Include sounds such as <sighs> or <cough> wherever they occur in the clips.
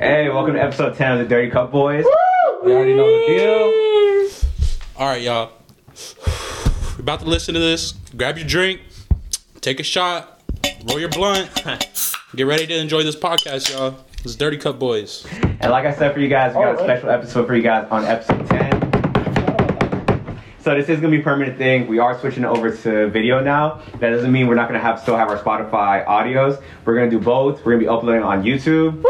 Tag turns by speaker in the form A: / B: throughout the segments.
A: Hey, welcome to episode 10 of the Dirty Cup Boys.
B: You already know the deal.
C: All right, y'all. <sighs> You're about to listen to this. Grab your drink, take a shot, roll your blunt. Get ready to enjoy this podcast, y'all. It's Dirty Cup Boys.
A: And like I said for you guys, we got a special episode for you guys on episode 10. So this is gonna be a permanent thing. We are switching over to video now. That doesn't mean we're not gonna have still have our Spotify audios. We're gonna do both. We're gonna be uploading on YouTube.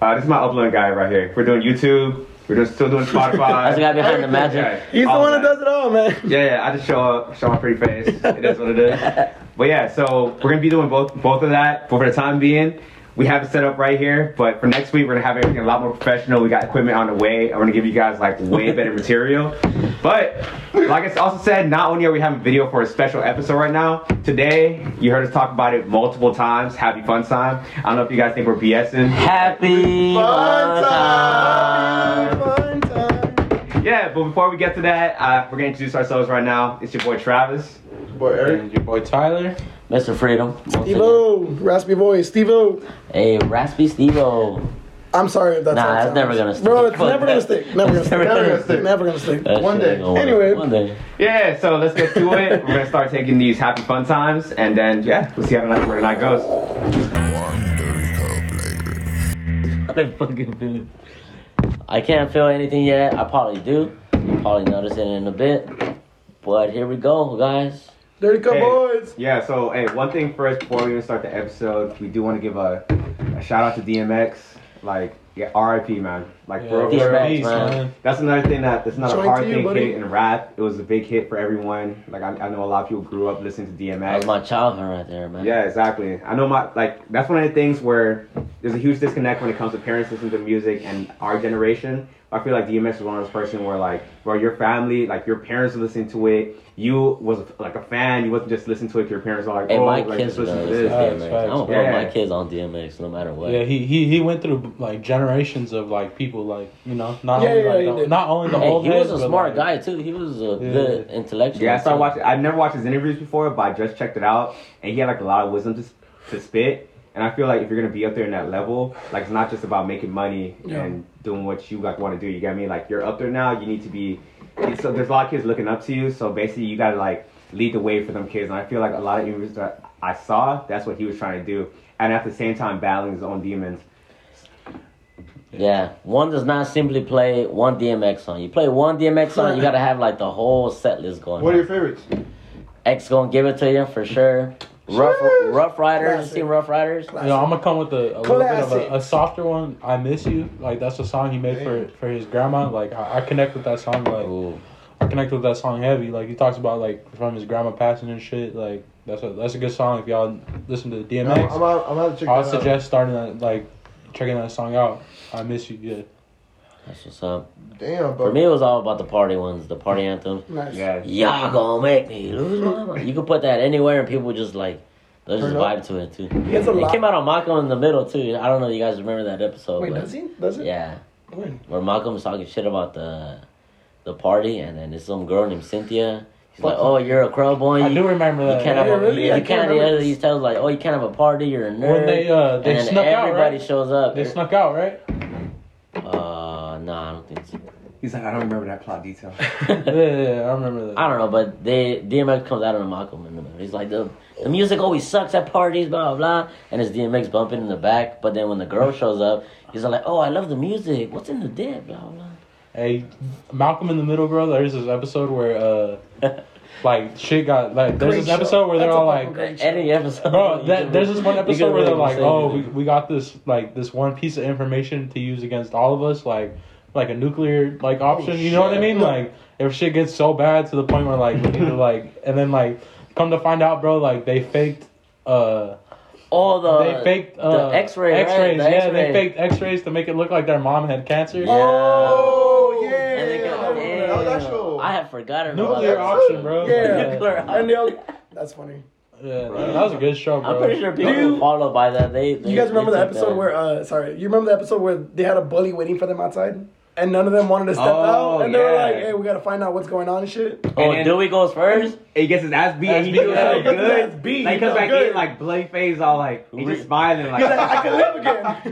A: Uh, this is my uploading guy right here. We're doing YouTube. We're just still doing Spotify.
B: That's the guy behind the magic.
D: He's the one that does it all, man.
A: Yeah, yeah, I just show up, show my pretty face. It is what it is. But yeah, so we're gonna be doing both both of that. But for the time being, we have it set up right here. But for next week, we're gonna have everything a lot more professional. We got equipment on the way. I'm gonna give you guys like way better material. But like I also said, not only are we having video for a special episode right now, today you heard us talk about it multiple times. Happy fun time. I don't know if you guys think we're BSing.
B: Happy
D: Fun
B: time.
D: time. Fun time.
A: Yeah, but before we get to that, uh, we're gonna introduce ourselves right now. It's your boy Travis.
D: Boy, Eric.
C: And your boy Tyler.
B: Mr. Freedom.
D: Steve-O. Raspy voice. Steve-O.
B: Hey, Raspy Stevo.
D: I'm sorry if that's
B: Nah,
D: all
B: that's
D: time.
B: never gonna stick.
D: Bro, it's
B: Fuck
D: never
B: that.
D: gonna stick. Never gonna
B: It's
D: stick.
B: <laughs> never
D: Never gonna
B: gonna
D: stick. Never gonna stick.
B: That
D: One
B: shit ain't
D: day.
B: gonna work.
D: Anyway.
B: One day.
A: Yeah, so let's get to it. We're gonna start taking these happy fun times, and then yeah, we'll see how tonight where tonight goes.
B: I fucking feel it. I can't feel anything yet. I probably do. Probably notice it in a bit. But here we go, guys.
D: Dirty Cup
A: Hey.
D: Boys.
A: Yeah, so hey, one thing first before we even start the episode, we do want to give a, a shout out to DMX. Like, yeah, R.I.P. man. Like, for,
B: Yeah,
A: for-
B: DMX.
C: Peace, man.
A: that's another thing that that's not
D: Joint
A: a hard
D: to you,
A: thing
D: buddy.
A: hitting in rap. It was a big hit for everyone. Like, I, I know a lot of people grew up listening to DMX.
B: That was my childhood right there, man.
A: Yeah, exactly. I know my like that's one of the things where there's a huge disconnect when it comes to parents listening to music and our generation. I feel like DMX is one of those person where like where your family, like your parents were listening to it. You was like a fan. You wasn't just listening to it. 'cause Your parents are like,
B: And
A: oh,
B: my
A: like
B: kids
A: just
B: know
A: listen to
B: this
C: Facts,
A: this.
B: is DMX. I'm
C: facts.
B: gonna put my
A: Yeah.
B: kids on DMX no matter what.
E: Yeah, he, he he went through like generations of like people like you know not
D: Yeah,
E: only
D: yeah,
E: like,
D: he
E: the-
D: did.
E: not only the
B: Hey,
E: old
B: he was
E: heads,
B: a
E: but, like,
B: smart guy too. He was a good intellectual.
A: Yeah, I started
B: too.
A: watching. I've never watched his interviews before, but I just checked it out, and he had like a lot of wisdom to s- to spit. And I feel like if you're gonna be up there in that level, like it's not just about making money
D: Yeah.
A: and doing what you like want to do. You get me? Like you're up there now. You need to be. So there's a lot of kids looking up to you. So basically, you gotta like lead the way for them kids. And I feel like a lot of interviews that I saw, that's what he was trying to do. And at the same time, battling his own demons.
B: Yeah, one does not simply play one DMX song. You play one DMX song, you gotta have like the whole set list going.
D: What
B: on.
D: are your favorites?
B: X gonna give it to you for sure. Rough,
D: Sure.
B: Rough Riders.
D: Classic.
B: You seen Rough Riders?
D: Classic.
E: You know, I'm gonna come with a, a little bit of
D: Classic.
E: a, a softer one. I miss you. Like that's a song he made for for his grandma. Like I, I connect with that song. Like
B: Ooh,
E: I connect with that song heavy. Like he talks about like from his grandma passing and shit. Like that's a that's a good song. If y'all listen to
D: I'm, I'm,
E: DMX,
D: out, I'm out to check
E: I'll
D: that
E: suggest starting that like checking that song out. I miss you. Yeah.
B: that's what's up.
D: out. Damn, bro.
B: For me, it was all about the party ones, the party anthem.
D: Nice.
A: Yeah.
B: Y'all gonna make me lose my mind. You can put that anywhere, and people would just like they'll just
D: Turn up.
B: vibe to it too.
D: It's a
B: it
D: lot.
B: came out on Malcolm in the middle too. I don't know if you guys remember that episode.
D: Wait,
B: but-
D: does he? Does it?
B: Yeah,
D: When?
B: where Malcolm's talking shit about the the party, and then there's some girl named Cynthia. She's like,
E: Fuck.
B: "Oh, you're a crow boy.
E: I
B: you-
E: do remember
B: You
E: that.
B: can't have
D: Yeah,
B: a,
D: really? I
B: you
D: can't
B: can't
D: remember
B: have
D: this.
B: these tells like, oh, you can't have a party, you're a nerd.
E: when they uh they
B: and then
E: snuck out
B: everybody
E: right.
B: shows up.
E: They snuck out right.
D: <laughs>
B: uh, no, I don't think so.
A: He's like, I don't remember that plot <laughs> detail.
E: yeah, yeah, yeah, I remember that.
B: <laughs> I don't know, but they DMX comes out of the Malcolm in the middle. He's like, the the music always sucks at parties, blah blah blah, and it's DMX bumping in the back. But then when the girl shows up, he's like, oh, I love the music. What's in the dip, blah blah. blah.
E: Hey, Malcolm in the Middle, bro. There's this episode where, uh,
B: <laughs>
E: like, shit got like. There's
D: Great
E: this
D: show.
E: episode where they're
D: That's a
E: all
D: fucking
E: like,
D: great show.
B: Any episode,
E: bro.
B: you
E: That,
B: can
E: there's this one
B: really- you can
E: episode where they're
B: really
E: like,
B: say
E: oh, we,
B: anything.
E: we got this like this one piece of information to use against all of us, like like a nuclear like option. you know what I
B: shit.
E: mean? Like, if shit gets so bad to the point where like we need to like, and then like come to find out, bro, like they faked. Uh,
B: all the
E: they faked uh,
B: the X-ray, right?
E: X-rays,
B: The
E: yeah,
B: X-ray.
E: they faked X-rays to make it look like their mom had cancer.
D: Oh, yeah.
B: And they go,
D: I remember that. That was
B: "Damn,
D: actual.
B: I have forgotten about
E: Nuclear
B: that.
E: option,
B: <laughs>
E: bro.
D: Yeah.
B: Nuclear
D: And they'll. That's funny.
E: Yeah, that was a good show, bro.
B: I'm pretty sure people
D: you-
B: were followed by that. They, they
D: You guys remember
B: they
D: the
B: took
D: episode
B: that.
D: where? uh Sorry, you remember the episode where they had a bully waiting for them outside? and none of them wanted to step
A: Oh,
D: out, and they were
A: yeah.
D: like, "Hey, we gotta find out what's going on and shit."
B: Oh,
A: And-
B: Dewey goes first.
A: He gets his ass beat and he
B: Ass beat,
A: feels
B: yeah.
A: so
D: That's
A: good.
D: beat,
A: Like he comes
D: that's
A: back
D: good.
A: in like bloody face, all like he's
B: Re-
A: just smiling
D: He's like,
A: like.
D: "I can <laughs> live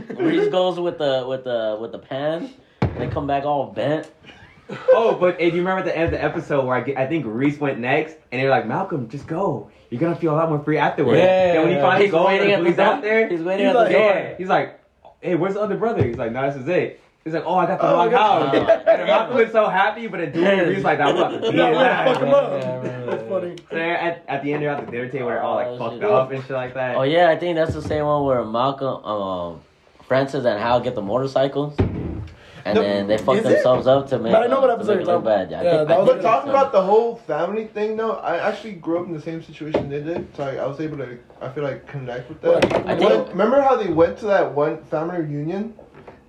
D: again."
B: Reese goes with the with the with the pan. And they come back all bent.
A: <laughs> oh, but if you remember at the end of the episode where I, get, I think Reese went next, and they're like, Malcolm, just go. You're gonna feel a lot more free afterwards.
E: Yeah.
A: And when he finally
B: He's
A: goes,
B: waiting
A: and
B: at the
A: he's out
B: door.
A: there.
B: He's waiting
D: He's
B: at the
D: like,
B: door.
A: yeah. He's like, hey, where's the other brother? He's like, no, this is it. He's like, oh, I got the
D: Oh,
A: wrong
D: yeah.
A: house.
B: Oh.
A: and Malcolm is so happy, but at Dewey, he's like, I'm about to beat
D: Yeah,
A: his
D: we're
A: ass.
D: gonna fuck him
E: Yeah,
D: up.
E: yeah,
D: That's
E: yeah.
D: funny.
A: They're at, at the end, they're at the dinner table, they're all like
B: Oh,
A: fucked
B: shit.
A: up and shit like that.
B: Oh yeah, I think that's the same one where Malcolm, um, Francis, and Hal get the motorcycles, and
F: No,
B: then they fuck
D: is it?
B: themselves up to make.
D: But I know what
B: uh,
D: episode
B: to make
D: you're
B: it look
D: talking
B: bad. Yeah, I
D: Yeah,
B: think-
D: that
B: I
D: was-
F: But
B: think
F: talking
B: so.
F: about the whole family thing, though, I actually grew up in the same situation they did, so I, I was able to, I feel like, connect with them.
D: Right.
B: I
F: When-
B: think-
F: remember how they went to that one family reunion,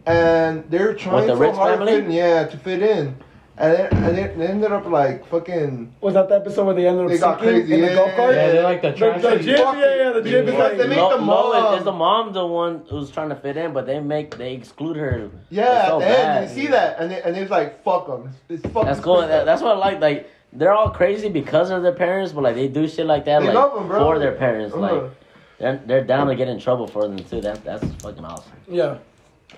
F: and they were trying
B: the
F: so
B: rich
F: hard
B: family?
F: to fit in, yeah, to fit in, and then, and they, they ended up like fucking.
D: Was that the episode where they ended up
F: They got
D: sinking
F: crazy,
D: in the
F: yeah,
D: golf cart?
E: Yeah, they're like the
D: The, the
E: trash.
D: gym, yeah, yeah, the gym is
F: Because they
D: like.
F: make
B: Lo-
F: the
B: Lo is-
F: mom-
B: is the mom the one who's trying to fit in, but they make they exclude her.
F: Yeah,
B: It's so
F: at the end,
B: bad.
F: you see that, and they, and they was like, fuck them. It's fucking
B: That's cool.
F: stupid.
B: That- that's what I like. Like they're all crazy because of their parents, but like they do shit like that,
F: They
B: like
F: love 'em, bro.
B: for their parents.
F: Uh-huh.
B: Like they're they're down to get in trouble for them too. That that's fucking awesome.
D: Yeah.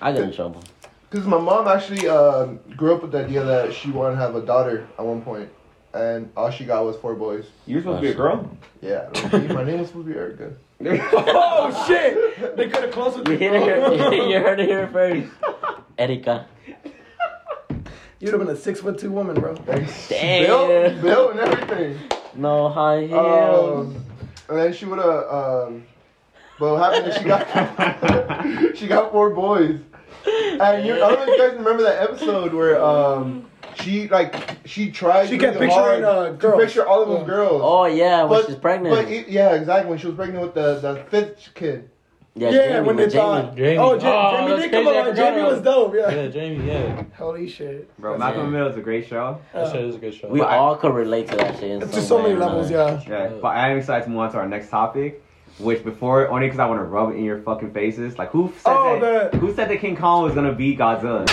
B: I get in
F: <laughs>
B: trouble.
F: Because my mom actually um, grew up with the idea that she wanted to have a daughter at one point, and all she got was four boys.
A: You're supposed to be
B: Oh,
A: a girl.
F: Yeah, low-key, my name was supposed to be Erica.
D: Oh shit! They could have closed with
B: You
D: you.
B: hit her. <laughs> You heard it here first, Erika.
D: You'd have been a six foot two woman, bro.
B: <laughs>
F: Thanks.
B: Damn.
F: Built, built and everything.
B: No high heels.
F: Um, and then she would have. Um, but what happened is she got <laughs> she got four boys, and you, I don't know if you guys remember that episode where um she like she tried
D: She
F: really
D: kept picturing,
F: hard
D: uh,
F: to
D: girls.
F: picture all of them
D: Yeah.
F: girls.
B: oh yeah, when she's pregnant.
F: But it- yeah, exactly. When she was pregnant with the, the fifth kid.
B: yeah,
D: yeah,
B: Jamie,
D: when they
B: with Jamie.
D: thought.
E: Jamie.
D: Oh, Jamie,
E: Oh,
D: Jamie
E: that's crazy,
D: did come
E: I
D: along.
E: forgot
D: Jamie
E: about-
D: was dope, yeah.
E: Yeah, Jamie. Yeah,
D: Holy shit.
A: Bro, Malcolm in the Middle is a great show.
E: that shit is a good show.
B: Uh, We
A: But I-
B: all could relate to that shit. in
D: It's
B: some
D: just so
B: way
D: many
B: or another.
D: levels, yeah.
A: Yeah, but I am excited to move on to our next topic, which before only because I want to rub it in your fucking faces. Like who said
D: Oh,
A: that?
D: the-
A: Who said that King Kong was gonna be Godzilla?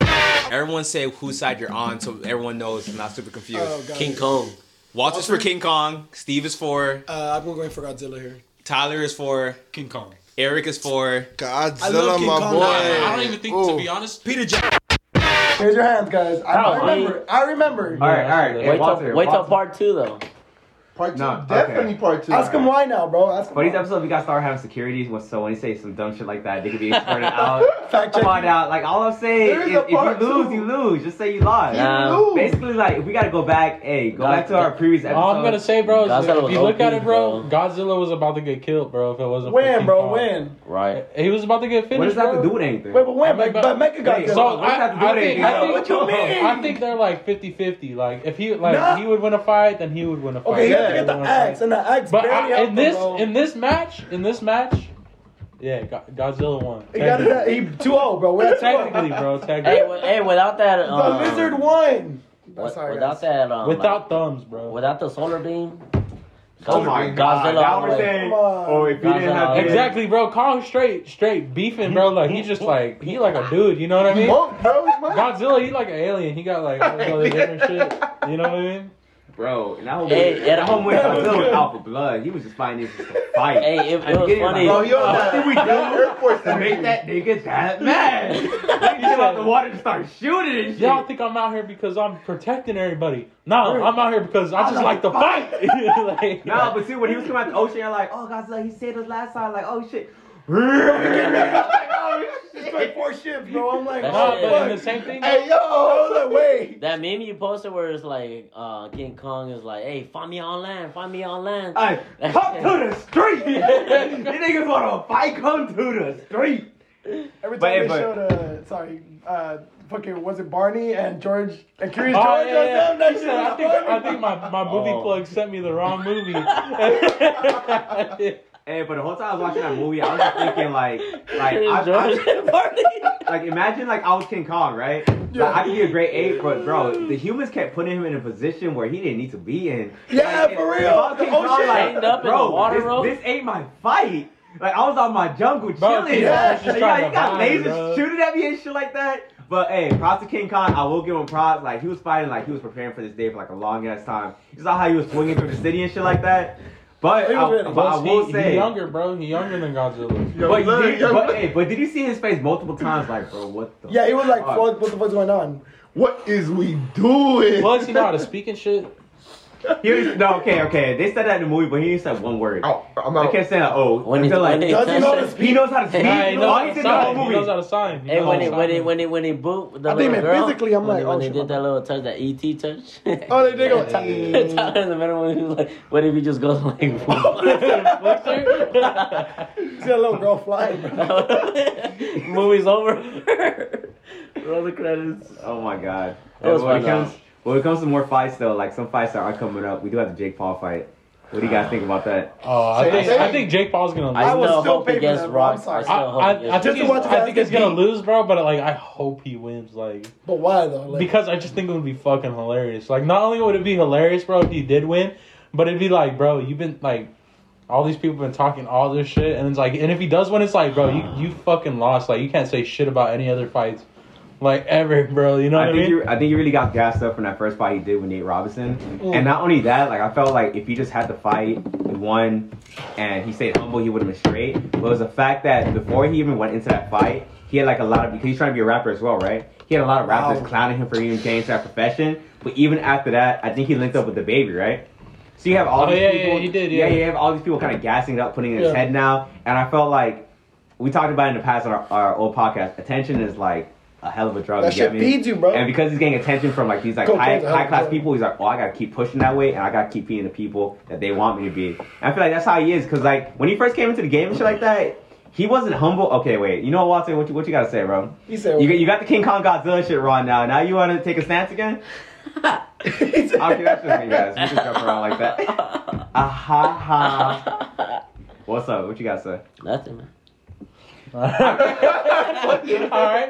G: Everyone say whose side you're on so everyone knows I'm not super confused.
D: Oh, God.
G: King Kong. Walter's for King Kong. Steve is for.
D: Uh, I'm going for Godzilla here.
G: Tyler is for.
C: King Kong.
G: Eric is for.
D: love
F: Godzilla,
D: King
F: my
D: Kong.
F: boy.
D: Nah,
C: I don't even think, to
F: Ooh.
C: be honest,
G: Peter Jackson.
D: Raise your hands, guys. I,
B: Oh,
D: I
E: eh?
D: remember. I remember.
A: All right, all right.
E: Wait
A: Hey,
B: Wait till,
A: Walter,
B: wait till
A: Walter.
B: part two though.
F: Part two,
A: No, okay.
F: definitely part two.
D: Ask him why now, bro. Ask him
A: But these
D: why.
A: episodes, we gotta start having security. when- So when they say some dumb shit like that, they could be
G: <laughs>
A: exported out.
D: Fact
A: Come
D: check.
A: on out. Like all I'm saying
F: There
A: is,
F: is
A: if
F: a part
A: you lose,
F: two.
A: you lose. Just say you lost.
B: Nah.
F: Ooh.
A: Basically, like if we gotta go back, hey, go
B: God-
A: back to our previous episode.
E: All I'm gonna say, bro, is
B: Godzilla
E: if
B: was
E: you look
B: OP,
E: at it, bro,
B: bro.
E: Godzilla was about to get killed, bro. If it wasn't for
D: When,
E: King
D: bro?
E: Kong.
D: When?
B: Right.
E: He was about to get finished.
A: what does that have
E: bro.
A: to do with anything?
D: Wait, but when?
E: Wait,
D: But,
E: but-
D: but Mecha
A: wait,
D: Godzilla.
E: So
A: What does
E: I,
A: that have to do
E: I
A: with
E: think,
A: anything,
E: I,
A: though?
E: think,
D: What you mean?
E: I think they're like 50-50. Like if he like
D: Nah.
E: he would win a fight, then he would win a fight.
D: okay, he had to
E: He
D: get
E: would
D: the
E: win a fight.
D: axe, and the axe
E: But
D: barely
E: I,
D: helped
E: in
D: him,
E: this
D: bro.
E: in this match in this match, yeah, Go- Godzilla won.
D: he got it. He 2 0, bro. We're at 2
E: Technically,
D: <laughs>
E: bro. Technically,
B: Hey, wi- hey, without that,
D: The
B: um,
D: lizard won.
B: wi-
D: That's sorry,
B: without
D: guys.
B: that, um,
E: without thumbs, bro.
B: like, without the solar beam.
A: Oh
B: Godzilla-
A: my
B: Godzilla
A: god! Now
B: all the
A: we're
B: way.
A: saying,
D: Come on.
A: oh, if you didn't
B: Godzilla
A: have
B: all the way.
E: exactly, bro. Kong straight straight beefing, bro. Like he just like he like a dude. You know what I
F: He
E: mean?
F: won't, bro. He won't.
E: Godzilla, he like an alien. He got like all this other different shit. You know what I mean?
A: Bro, and that homie,
B: Hey,
A: that
B: and-
A: homie was dealing with Alpha Blood. He was just fighting it just to fight.
B: Hey, it- it
A: I'm
B: was
A: getting
B: funny.
F: Bro,
A: Like, uh,
F: he on
A: what
F: that,
A: did we
F: that
A: do
F: Air Force
A: to make <laughs>
F: energy.
A: that nigga that <laughs> mad? He came out the water and started shooting and shit.
E: Y'all think I'm out here because I'm protecting everybody? No, I'm out here because I just like to fight. <laughs> like,
A: No, but see, when he was coming out the ocean, you're like, oh, Godzilla, he saved us last time. Like, oh, shit. <laughs> oh,
D: Like four ships, bro. I'm like,
B: That's
E: Nah,
D: oh,
B: it.
E: but in
D: fuck.
E: the same thing.
F: Hey, yo.
D: Oh, the way.
B: That meme you posted where it's like uh, King Kong is like, "Hey, find me on land, find me
A: <laughs>
B: on land."
A: Hey, come to the street. you niggas want to fight? Come to the street.
D: Every
A: But-
D: time they
A: but-
D: showed, uh, sorry, uh, fucking, was it Barney and George and Curious
E: Oh,
D: George?
E: yeah, yeah.
D: on them? That
E: He
D: shit
E: said, I
D: was
E: think,
D: funny.
E: I think my, my movie
B: Oh.
E: plug sent me the wrong movie. yeah,
A: Hey, but the whole time I was watching that movie, I was just thinking, like, like, I,
B: George
A: I,
B: <laughs> and Barney.
A: like imagine like I was King Kong, right? Like, I could be a great ape, but bro, the humans kept putting him in a position where he didn't need to be in.
D: Yeah,
A: Like,
D: for
A: if
D: real.
A: I was King
D: Oh,
A: Kong,
D: shit.
A: like,
B: Chained up in
A: bro,
B: the water,
A: this-
B: bro.
A: this, ain't my fight. Like I was on my jungle
E: Bro,
A: chilling.
E: yeah, I was just
A: Like,
E: trying
A: yeah,
E: to
A: you got
E: vibe,
A: lasers
E: bro.
A: shooting at me and shit like that. But hey, props to King Khan. I will give him props. Like he was fighting, like he was preparing for this day for like a long ass time. You saw how he was swinging through the city and shit like that. But,
B: He was
A: I,
B: ready.
A: but I
E: Plus,
A: will
E: he,
A: say,
E: he younger, bro. He younger than Godzilla.
F: Yo,
A: but,
F: look,
A: did,
F: yo,
A: but,
F: look.
A: hey, but did you see his face multiple times? Like, bro, what the?
D: Yeah, he was like,
A: fuck?
D: "Fuck, what the fuck's going on?"
F: What is we doing?
E: Plus, you know how
F: <laughs>
E: to speak and shit.
A: He was, no, okay, okay. They said that in the movie, but he didn't say one word.
F: Ow, I'm
A: I
F: out.
A: can't say that. Oh,
B: When
A: I
B: he,
A: feel
B: when
A: like
B: he
D: Does he
B: touched
D: know
B: it-
D: this-
A: he knows how to speak.
B: Nah,
E: Hey,
B: he
E: he
B: knows
A: All he
E: knows
A: did
E: how
A: the
E: to sign.
A: whole
E: He knows how
A: movie.
E: to sign. He
B: And
E: knows
B: when
E: how
B: he
E: to
B: when he
E: sign.
B: when he when he booped the
D: I think
B: little
D: man,
B: girl,
D: physically, I'm
B: when
D: like,
B: they,
D: oh,
B: when they
D: shit,
B: did
D: my
B: that little touch, that ET touch.
D: Oh, they did go.
B: <laughs>
D: <laughs>
B: Tyler in the middle when he was like, what if he just goes like,
D: See that little girl flying, bro.
B: <laughs> movie's
D: <laughs>
B: over. Roll the credits.
A: Oh my god.
B: That was
A: when, it
B: fun, though.
A: comes, when it comes to more fights, though, like some fights that are coming up, we do have the Jake Paul fight. What do you guys think about that?
E: Oh, I
F: Say
E: think
F: it.
E: I think Jake Paul's gonna.
B: I,
E: Lose.
D: would
B: still
D: still
B: hope
D: pay
B: he
D: for
B: gets
D: that, bro. I'm
B: rocked.
D: sorry.
B: I
E: I,
B: still hope he
E: I, I
B: gets
E: think
D: Just
E: he's,
D: watch
E: I think
D: guys
E: he's gonna
D: get
E: lose, bro. But like, I hope he wins. Like,
D: But why though? Like,
E: because I just think it would be fucking hilarious. Like, not only would it be hilarious, bro, if he did win, but it'd be like, bro, you've been like, all these people been talking all this shit, and it's like, and if he does win, it's like, bro, you you fucking lost. Like, you can't say shit about any other fights, like ever, bro. You know what
A: I
E: I
A: think
E: mean?
A: you, I think you really got gassed up from that first fight he did with Nate Robinson,
E: Mm.
A: and not only that, like I felt like if he just had the fight, he won, and he stayed humble, he would have been straight. But it was the fact that before he even went into that fight, he had like a lot of because he's trying to be a rapper as well, right? He had a lot of rappers
D: Wow.
A: clowning him for even changing that profession. But even after that, I think he linked up with the baby, right? So you have all
E: Oh,
A: these
E: yeah, yeah,
A: people.
E: he did, yeah.
A: yeah, you have all these people kind of gassing it up, putting it in his
D: Yeah.
A: head now. And I felt like we talked about it in the past on our, our old podcast. Attention is like a hell of a drug.
D: That
A: you get
D: shit
A: me?
D: feeds you, bro.
A: And because he's getting attention from like these like
D: Go
A: high
D: crazy, hell of a
A: high class
D: drug.
A: people, he's like, oh, I gotta keep pushing that way, and I gotta keep being the people that they want me to be. And I feel like that's how he is, cause like when he first came into the game and shit like that. He wasn't humble. Okay, wait. You know what, Watson? What you, what you gotta say, bro?
D: He said,
A: You, got- you got the King Kong Godzilla shit wrong now. Now you wanna take a stance again?
D: <laughs> He said-
A: Okay, that's just me, guys. We just jump around like that. <laughs> Ah ha ha. What's up? What you got, sir?
B: <laughs> Nothing, man.
E: <laughs> all right,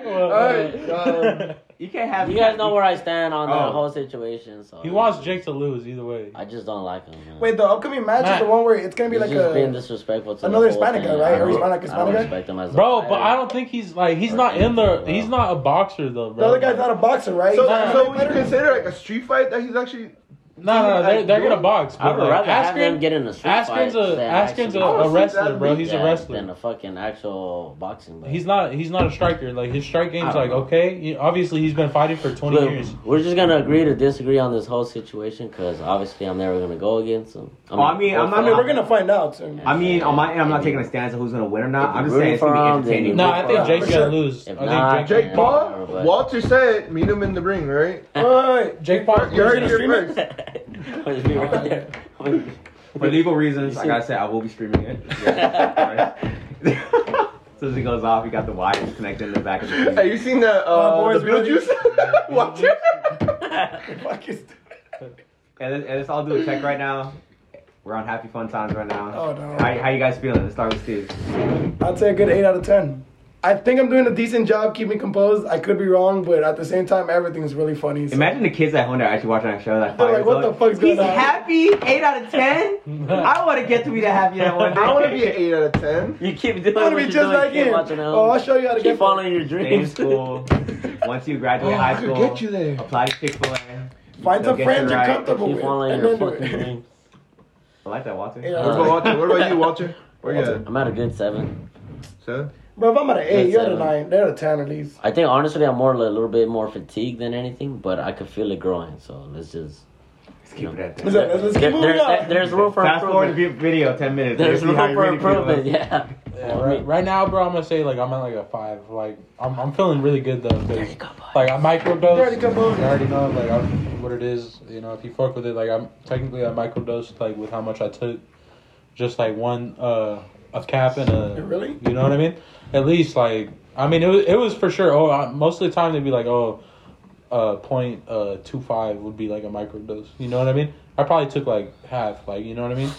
E: well,
F: Alright, um,
A: You can't have.
B: You guys know where I stand on the
A: Oh.
B: whole situation. So
E: <laughs> he wants Jake to lose either way.
B: I just don't like him. Man.
D: Wait, the upcoming match
E: Matt.
D: is the one where it's gonna be
B: He's
D: like
B: just
D: a.
B: being disrespectful to
D: another
B: the whole
D: Hispanic guy,
B: thing.
D: right?
B: I don't-
D: Or Hispanic,
B: I
D: Hispanic
B: don't
D: guy?
B: respect him as a
E: Bro, but
B: fighter.
E: I don't think he's like he's
B: Or
E: not in the
B: anything, bro.
E: he's not a boxer though, bro.
D: the other guy's not a boxer, right?
F: so,
D: He's not
F: so
D: a
F: would you
D: fighter.
F: consider like a street fight that he's actually?
E: No, no, no, they're, they're gonna box.
B: I
E: But
B: would
E: like,
B: rather have
E: Askren,
B: them get in a street
E: Askren's
B: fight
E: a
B: than
E: Askren's a,
B: actually-
E: a
F: Oh, see,
E: wrestler,
F: that'd
E: bro.
F: be-
E: He's a
B: Yeah, Than
E: wrestler.
B: a fucking actual boxing. But
E: He's not he's not a striker. Like his strike game's
A: I don't
E: like
A: know.
E: okay. He- obviously, he's been fighting for twenty
B: Look,
E: years.
B: we're just gonna agree to disagree on this whole situation because obviously I'm never gonna go against him.
A: Oh, I mean, I'm
D: I
A: not-
D: mean, we're gonna find out soon.
A: I mean, on my end, I'm not taking a stance of who's gonna win or not.
B: If
A: I'm
B: you're
A: just saying it's gonna be
B: rooting for him, then
A: entertaining.
B: you
E: No, I think
D: For
E: Jake's
D: sure.
E: gonna lose. I
B: If
E: think
B: not,
E: Jake-
F: Jake
B: Yeah,
F: Paul.
B: but-
F: Walter said, "Meet him in the ring, right?"
D: Wait,
E: Jake Paul.
F: You heard it here
B: <laughs>
F: first.
A: For legal reasons,
B: You
A: I
B: see-
A: gotta say I will be streaming it. Yeah, of course. As soon as it goes off, you got the wires connected in the back of the
F: Hey,
A: TV.
F: you seen that?
D: My
F: Uh,
D: boy's
F: the
D: really-
F: Beetlejuice? <laughs> Walter.
D: <laughs> fuck is-
A: And let's, and let's all do a check right now. We're on happy fun times right now.
D: Oh, no.
A: How, how you guys feeling? Let's start with Steve.
D: I'd say a good eight out of ten. I think I'm doing a decent job keeping composed. I could be wrong, but at the same time, everything's really funny. so-
A: Imagine the kids at home that are actually watching our show. That
D: They're like,
A: five years
D: what the
A: old.
D: fuck's going
A: He's
D: on?
A: happy. Eight out of ten. I want to get to be that happy that one day.
F: I want to be an eight out of ten.
B: You keep doing
D: I'm gonna
B: what
D: be
B: you're
D: just
B: doing.
D: like
B: keep
D: him.
B: watching him.
D: Oh, I'll show you how to
B: keep
D: get
B: following your
A: Stay in
B: dreams. <laughs>
A: school. Once you graduate
F: Oh, I
A: high
F: could
A: school,
F: get you there.
A: apply to Chick Fil A.
D: Find
A: They'll
D: some
A: get
D: friends
A: you
D: you're
A: right.
D: comfortable
B: Keep
D: with. <laughs>
B: following
D: and
B: your
D: then do
B: fucking
D: it.
B: dreams.
A: I like that, Walter.
D: Yeah.
F: What about Walter? What about you, Walter? Where you at?
B: I'm at a good seven.
F: So?
D: Bro, if I'm at an eight,
B: That's
D: you're at a
B: seven.
D: nine. They're at a ten at least.
B: I think honestly, I'm more a little bit more fatigued than anything, but I could feel it growing. So let's just.
A: Let's keep it at that.
D: Let's, let's, let's keep
B: There-
D: moving
B: there-
D: on.
B: there's room for
A: Fast forward
B: improvement.
A: vi- video, 10 minutes.
B: There's
A: Let's see
B: room
A: how you
B: for
A: really feel about
B: improvement.
A: it.
B: Yeah.
E: Yeah, right, right now, bro, I'm gonna say like I'm at like a five. Like I'm I'm feeling really good though. 'cause,
B: Dirty couple.
E: Like I microdose.
D: Dirty couple.
E: You already know like I'm, what it is. You know if you fuck with it, like I'm technically I microdosed like with how much I took, just like one uh a cap and a
D: Really?
E: You know what I mean? At least like I mean it was it was for sure. Oh, I, most of the time they'd be like oh, uh point uh two five would be like a microdose. You know what I mean? I probably took like half. Like you know what I mean?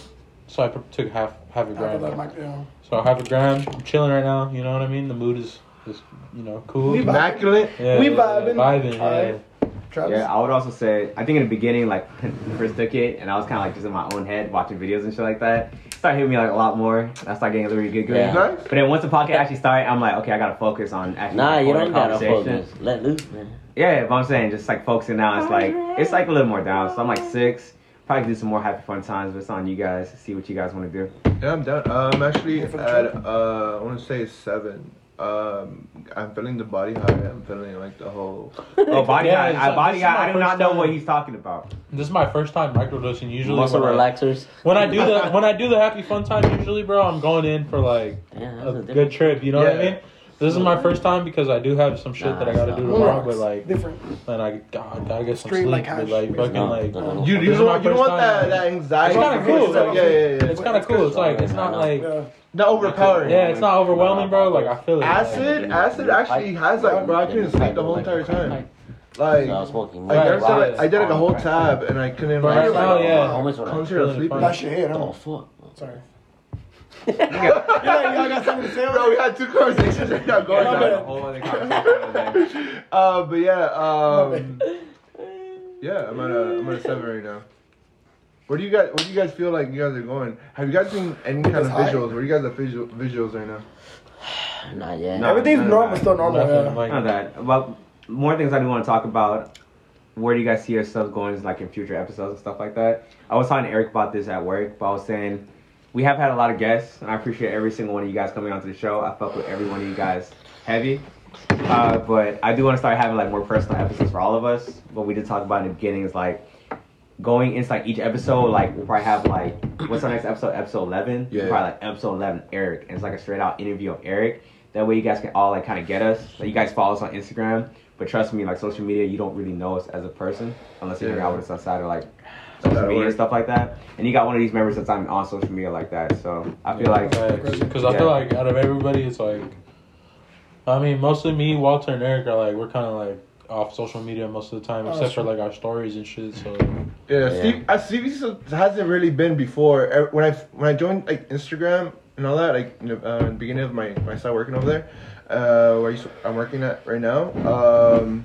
E: So I pr- took half half a
D: After
E: gram.
D: that, Mike, you know.
E: So I have a gram. I'm chilling right now. You know what I mean? The mood is, is you know, cool.
D: We vibe.
F: Immaculate.
E: Yeah,
D: We
E: yeah,
D: vibing.
E: Vibing, yeah.
D: Alright. Travis.
A: Yeah, I would also <laughs> say, I think in the beginning, like, when I first took it, and I was kind of like just in my own head watching videos and shit like that. started hitting me like a lot more. I started getting really good grades.
B: Yeah.
F: Nice.
A: But then once the podcast actually started, I'm like, okay, I gotta focus on actually.
B: Nah, you
A: recording
B: don't gotta
A: conversation.
B: focus. Let loose, man.
A: Yeah, but I'm saying just like focusing now, it's like it's like a little more down. So I'm like six. Probably do some more happy fun times, but it's on you guys. to See what you guys want
B: <laughs>
A: to do.
F: Yeah, I'm down. Uh, I'm actually
D: Yeah,
F: at
D: for
F: uh, I want to say seven. Um, I'm feeling the body high. I'm feeling like the whole.
A: Oh, body
E: Yeah,
A: guy,
E: it's
A: I,
E: like-
A: body
E: this is
A: guy.
E: my
A: I do not
E: first
A: know
E: time.
A: what he's talking about.
E: This is my first time microdosing. Usually,
B: Muscle
E: when I,
B: relaxers.
E: when I do the when I do the happy fun time, usually, bro, I'm going in for like
B: Yeah, that's
E: a
B: a
E: good
B: different-
E: trip. You know what I
F: Yeah.
E: mean? This is my first time because I do have some shit
B: Nah,
E: that I gotta
B: it's
E: do
B: not.
E: tomorrow.
D: Rocks.
E: But like,
D: different.
E: and I God, I get some
D: Straight
E: sleep.
D: like
E: Like,
D: hash.
E: like fucking
B: No,
E: like,
B: no, no, no.
F: You,
E: This
F: you
E: is
F: don't
E: my
F: you don't
E: first
F: want
E: time.
F: that, that anxiety.
E: It's kinda cool, though.
F: Yeah, yeah, yeah.
E: it's kind of cool. It's like it's not like
D: Yeah.
F: not overpowering.
E: yeah, it's not overwhelming, bro. Like I feel it.
F: Acid, acid actually has like bro. I couldn't sleep the whole entire time. Like
B: No, smoking.
F: I did,
E: Right.
F: like, I did like a whole tab and I couldn't
E: Bro,
F: like.
E: oh, yeah.
B: Almost when I-
F: Concentrate on sleeping. <laughs>
D: That shit hit, huh?
B: Oh fuck.
D: Sorry.
F: Bro,
D: Y'all got something to say?
F: we had two conversations right now going
D: My
F: on.
D: bad.
F: <laughs>
B: <laughs>
F: uh, but yeah, um, yeah, I'm at a I'm at a seven right now. Where do you guys Where do you guys feel like you guys are going? Have you guys seen any kind of
D: It's high.
F: visuals? Where you guys are visual, visuals right now?
B: Not yet.
A: No.
D: Everything's
A: no, no,
D: normal,
A: no.
D: still normal.
E: Nothing,
D: Yeah.
E: like,
A: Not that. About more things I do want to talk about. Where do you guys see yourselves going, like in future episodes and stuff like that? I was talking to Eric about this at work, but I was saying we have had a lot of guests, and I appreciate every single one of you guys coming onto the show. I fuck with every one of you guys heavy, uh, but I do want to start having like more personal episodes for all of us. What we did talk about in the beginning is like going inside each episode. Like we'll probably have like what's our next episode? Episode eleven.
F: Yeah.
A: Probably like episode eleven, Eric, and it's like a straight out interview of Eric. That way you guys can all like kind of get us. Like you guys follow us on Instagram, but trust me, like social media, you don't really know us as a person unless you hang out with us outside of like social
F: That'll
A: media and
F: work.
A: stuff like that. And you got one of these members that's not on social media like that, so I feel like
E: because I
A: Yeah.
E: feel like out of everybody, it's like, I mean, mostly me, Walter, and Eric are like we're kind of like off social media most of the time,
D: Oh,
E: except for
D: sure.
E: like our stories and shit. So
F: Yeah,
B: Yeah.
F: Steve, uh, CVC hasn't really been before. Er, When I when I joined like Instagram and all that, like you know, uh, in the beginning of my when I started working over there, uh, where I used to- I'm working at right now, um,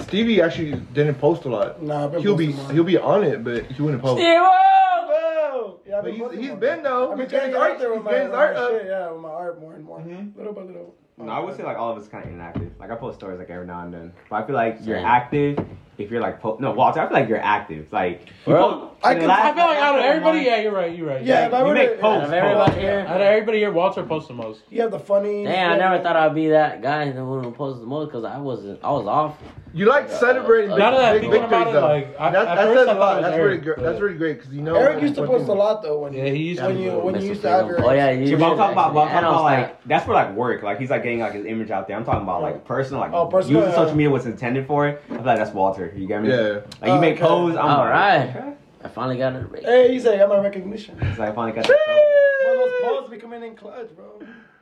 F: Stevie actually didn't post a lot.
D: Nah, I've been
F: he'll be
D: posting more.
F: he'll be on it, but he wouldn't post.
D: Whoa! Yeah, I've
F: But he's,
D: posting
F: he's
D: more.
F: been though.
D: I've been
F: He's
D: trying to get
F: getting his art.
D: out there
F: He's
D: with my,
F: getting his
D: with
F: art
D: my
F: up.
D: shit, yeah, with my art more and more.
F: Mhm.
D: Little by little.
A: No, I would say like all of us kind of inactive. Like I post stories like every now and then, but I feel like you're
B: Same.
A: active. If you're like po- no Walter, I feel like you're active. Like you
B: Bro,
A: post-
D: I
A: in the
D: can-
A: last-
E: I feel like out of everybody, yeah, you're right, you're right.
D: Yeah, if I
A: you
D: were
A: make
D: to-
B: Out
A: posts.
B: of everybody
A: posts.
B: here.
E: out of everybody here, Walter posts the most.
D: You have the funny.
B: Damn, I never thought I'd be that guy in the one who posted the most because I wasn't. I was off.
F: You like celebrating
B: Now
F: big,
B: that I'm
F: big
E: thinking about
F: victories
E: it,
F: though.
E: like, I-
F: that's,
E: at
F: that
E: first
F: says
E: I
F: a
E: thought
F: lot.
E: it was
F: That's really
E: Eric,
F: good. That's
E: but-
F: really great because you know
D: Eric used to
F: when
D: post a
F: you-
D: lot though when
E: Yeah, he used
D: when
E: to.
D: you
E: Bro,
D: when you
B: Mr.
D: used to have
B: Freedom.
D: your
B: Oh yeah, you
A: Yeah, but I'm talking about, but I'm
B: actually-
A: talking
B: and
A: about
B: I was
A: like that's for like work. Like he's like getting like his image out there. I'm talking about like personal, like
D: Oh, personal,
A: using
D: yeah.
A: social media what's intended for it. I feel like that's Walter. You get me?
F: Yeah.
A: Like you make
D: Okay.
A: pose. I'm
B: All
A: like,
B: right.
A: okay.
B: I finally got it. Right.
D: Hey, he's like, got my recognition. One
A: So I finally got. the-
D: of those posts be coming in clutch, bro.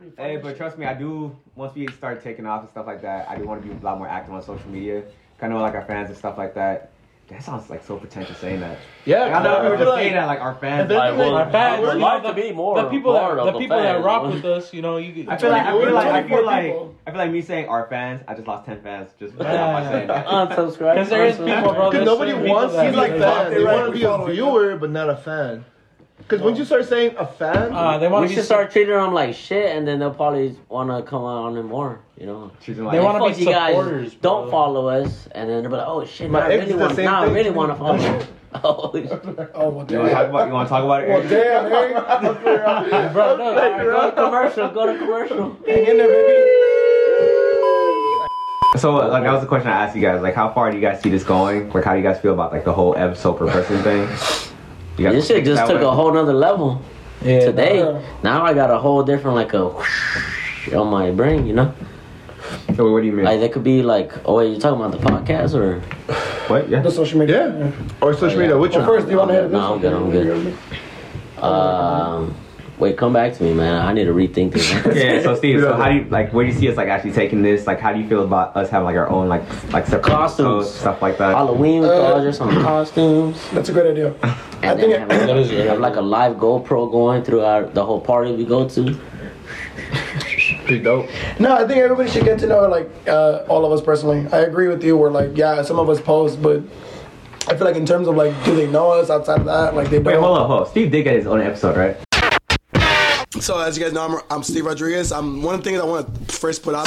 D: You
A: Hey,
D: funny
A: but
D: shit.
A: trust me, I do. Once we start taking off and stuff like that, I do want to be a lot more active on social media. Kind of like our fans and stuff like that. That sounds like so pretentious saying that.
F: Yeah,
A: Like, I know
F: I
A: we were
F: feel
A: just
F: like-
A: saying that like our fans.
F: I
A: Like,
F: feel like-
E: My fans,
F: We're
E: you know,
B: like
E: the-
B: to be more
E: the people
B: part
E: that
B: of
E: the
B: the
E: people that
B: fans,
E: rock
B: bro. <laughs>
E: with us. You know, you.
A: I feel like I feel like I feel
D: 24
A: like
D: people.
A: I feel like me saying our fans. I just lost ten fans just by
E: Yeah.
A: saying that.
B: Unsubscribe.
E: Because there is people, bro.
F: Because
E: there's
F: nobody
E: certain people
F: wants
E: that
F: you like
E: really
F: that. They
D: Right,
F: want to
D: we
F: be a
D: follow you.
F: viewer, but not a fan. Because once you start saying a fan,
E: Uh, they want
B: We
E: to be
B: should start treating them like shit, and then they'll probably want to come on them more. You know.
A: She's like,
E: They
B: Like,
E: wanna
B: fuck
E: be
B: you guys,
E: supporters, bro.
B: Don't follow us, and then they'll be like, "Oh shit,
F: My
B: now I
F: ex
B: really
F: did the
B: want,
F: same
B: now I
F: thing
B: really
F: to
B: want to
F: me.
B: follow." you." <laughs> oh, shit.
D: Oh
A: You
D: well,
A: want to talk
D: damn.
A: about? You want to talk about it?
D: Well,
A: Eric?
D: damn, eh? Eric.
E: Bro, no,
B: All right, go to commercial. Go to commercial.
D: Hang in there, baby.
A: So uh, like that was the question I asked you guys. Like, how far do you guys see this going? Like, how do you guys feel about like the whole episode per person thing? You guys
B: <laughs> This shit
A: think
B: just
A: that
B: took
A: way?
B: a whole nother level
E: Yeah,
B: today.
D: nah.
B: Now I got a whole different like a whoosh on my brain. You know,
A: So what do you mean?
B: like that could be like, oh wait, you talking about the podcast or?
A: what? Yeah.
D: The social media.
F: Yeah. or social
B: yeah.
F: media. Which
D: Well,
F: one?
D: first, do you want to hit this?
B: No, I'm good, I'm good. Um, wait, come back to me, man. I need to rethink this. <laughs>
A: Yeah. So Steve, so how do you like? Where do you see us like actually taking this? Like, how do you feel about us having like our own like like separate
B: Costumes.
A: episodes, stuff like that?
B: Halloween with all just on costumes,
D: That's a great idea.
B: and
D: I
B: then
D: think
B: have, like,
E: That is good.
B: have like a live GoPro going throughout the whole party we go to.
F: Pretty dope.
D: No, I think everybody should get to know like uh, all of us personally. I agree with you. We're like, yeah, some of us post, but I feel like in terms of like, do they know us outside of that? Like they
A: Wait,
D: don't.
A: hold on, hold. on. Steve did get his own episode, right?
H: So as you guys know, I'm, I'm Steve Rodriguez. I'm one of the things I want to first put out.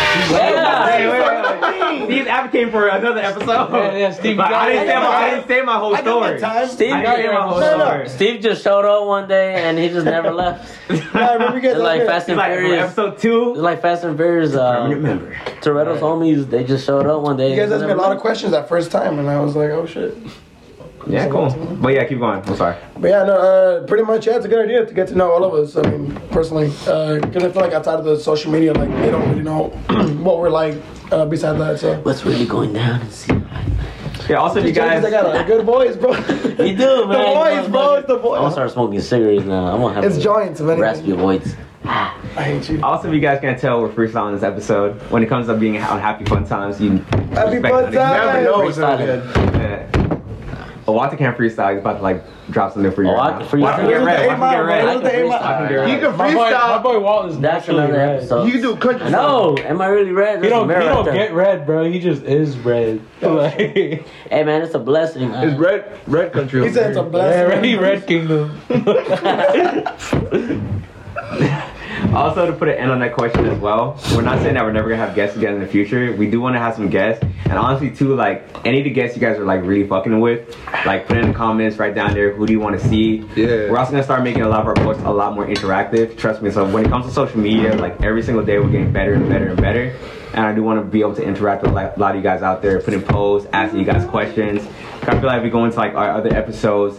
A: Hey, wait, <laughs> wait, wait. Steve's advocating for another episode.
E: Yeah, yeah, Steve,
A: but I didn't, say my, I
E: yeah.
A: didn't say my whole
D: I got my
A: story. <laughs>
D: time.
B: Steve,
A: I didn't say my whole
E: No, no.
A: story.
B: Steve just showed up one day and he just never left.
D: Yeah, I <laughs> remember you guys
B: It's like
D: out there.
B: Fast
A: It's
B: and
A: like
B: Furious.
A: episode two.
B: It's like Fast and Furious.
A: permanent
B: Uh,
A: member.
B: Toretto's homies, they just showed up one day.
D: You guys
B: and
D: asked me a
B: never
D: lot of
B: left.
D: questions that first time, and I was like, oh shit.
A: Yeah, cool. But yeah, keep going. I'm sorry.
D: But yeah, no, uh, pretty much, yeah, it's a good idea to get to know all of us. I mean, personally, because I feel like outside of the social media, like they don't really know <clears throat> what we're like uh, beside that. So
B: What's really going down? And see.
A: Yeah. Also, you guys.
D: I got a good voice, bro. <laughs>
B: You do,
D: the
B: man.
D: voice, bro. It's the
B: I'm gonna
D: voice.
B: start smoking cigarettes now. I'm gonna have
D: It's
B: a
D: joints, man.
B: raspy voice.
D: I hate you.
A: Also, if you guys can't tell, we're freestyling this episode. When it comes to being on happy fun times, you
D: Happy
A: respect
D: fun
A: that.
D: time.
F: No, it's not
B: Freestyling.
F: good.
A: Yeah. Oh, Wata can't freestyle. He's about to like drop something for you.
B: Oh,
A: right
B: I
A: now.
B: can
A: Wata can get red. Wata can get red.
B: freestyle. It was
D: the A-mile, bro. It was
A: Wata
D: the
B: A-mile.
A: can get red.
F: You can
E: My boy, my
F: freestyle.
E: boy Walt is
B: That's
E: naturally
B: another
E: red.
B: episode.
F: You can do country. songs.
B: No, am I really red?
E: He
B: That's
E: don't, he
B: America.
E: don't get red, bro. He just is red. <laughs> Like,
B: Hey man, it's a blessing. man.
F: It's red, red country.
D: He said it's a
E: yeah,
D: blessing.
E: red, he red kingdom.
A: Also, to put an end on that question as well, we're not saying that we're never gonna have guests again in the future. We do want to have some guests, and honestly, too, like any of the guests you guys are like really fucking with, like put it in the comments right down there. Who do you want to see?
F: Yeah.
A: We're also gonna start making a lot of our posts a lot more interactive. Trust me. So when it comes to social media, like every single day, we're getting better and better and better. And I do want to be able to interact with like, a lot of you guys out there, putting posts, asking you guys questions. I feel like we go into like our other episodes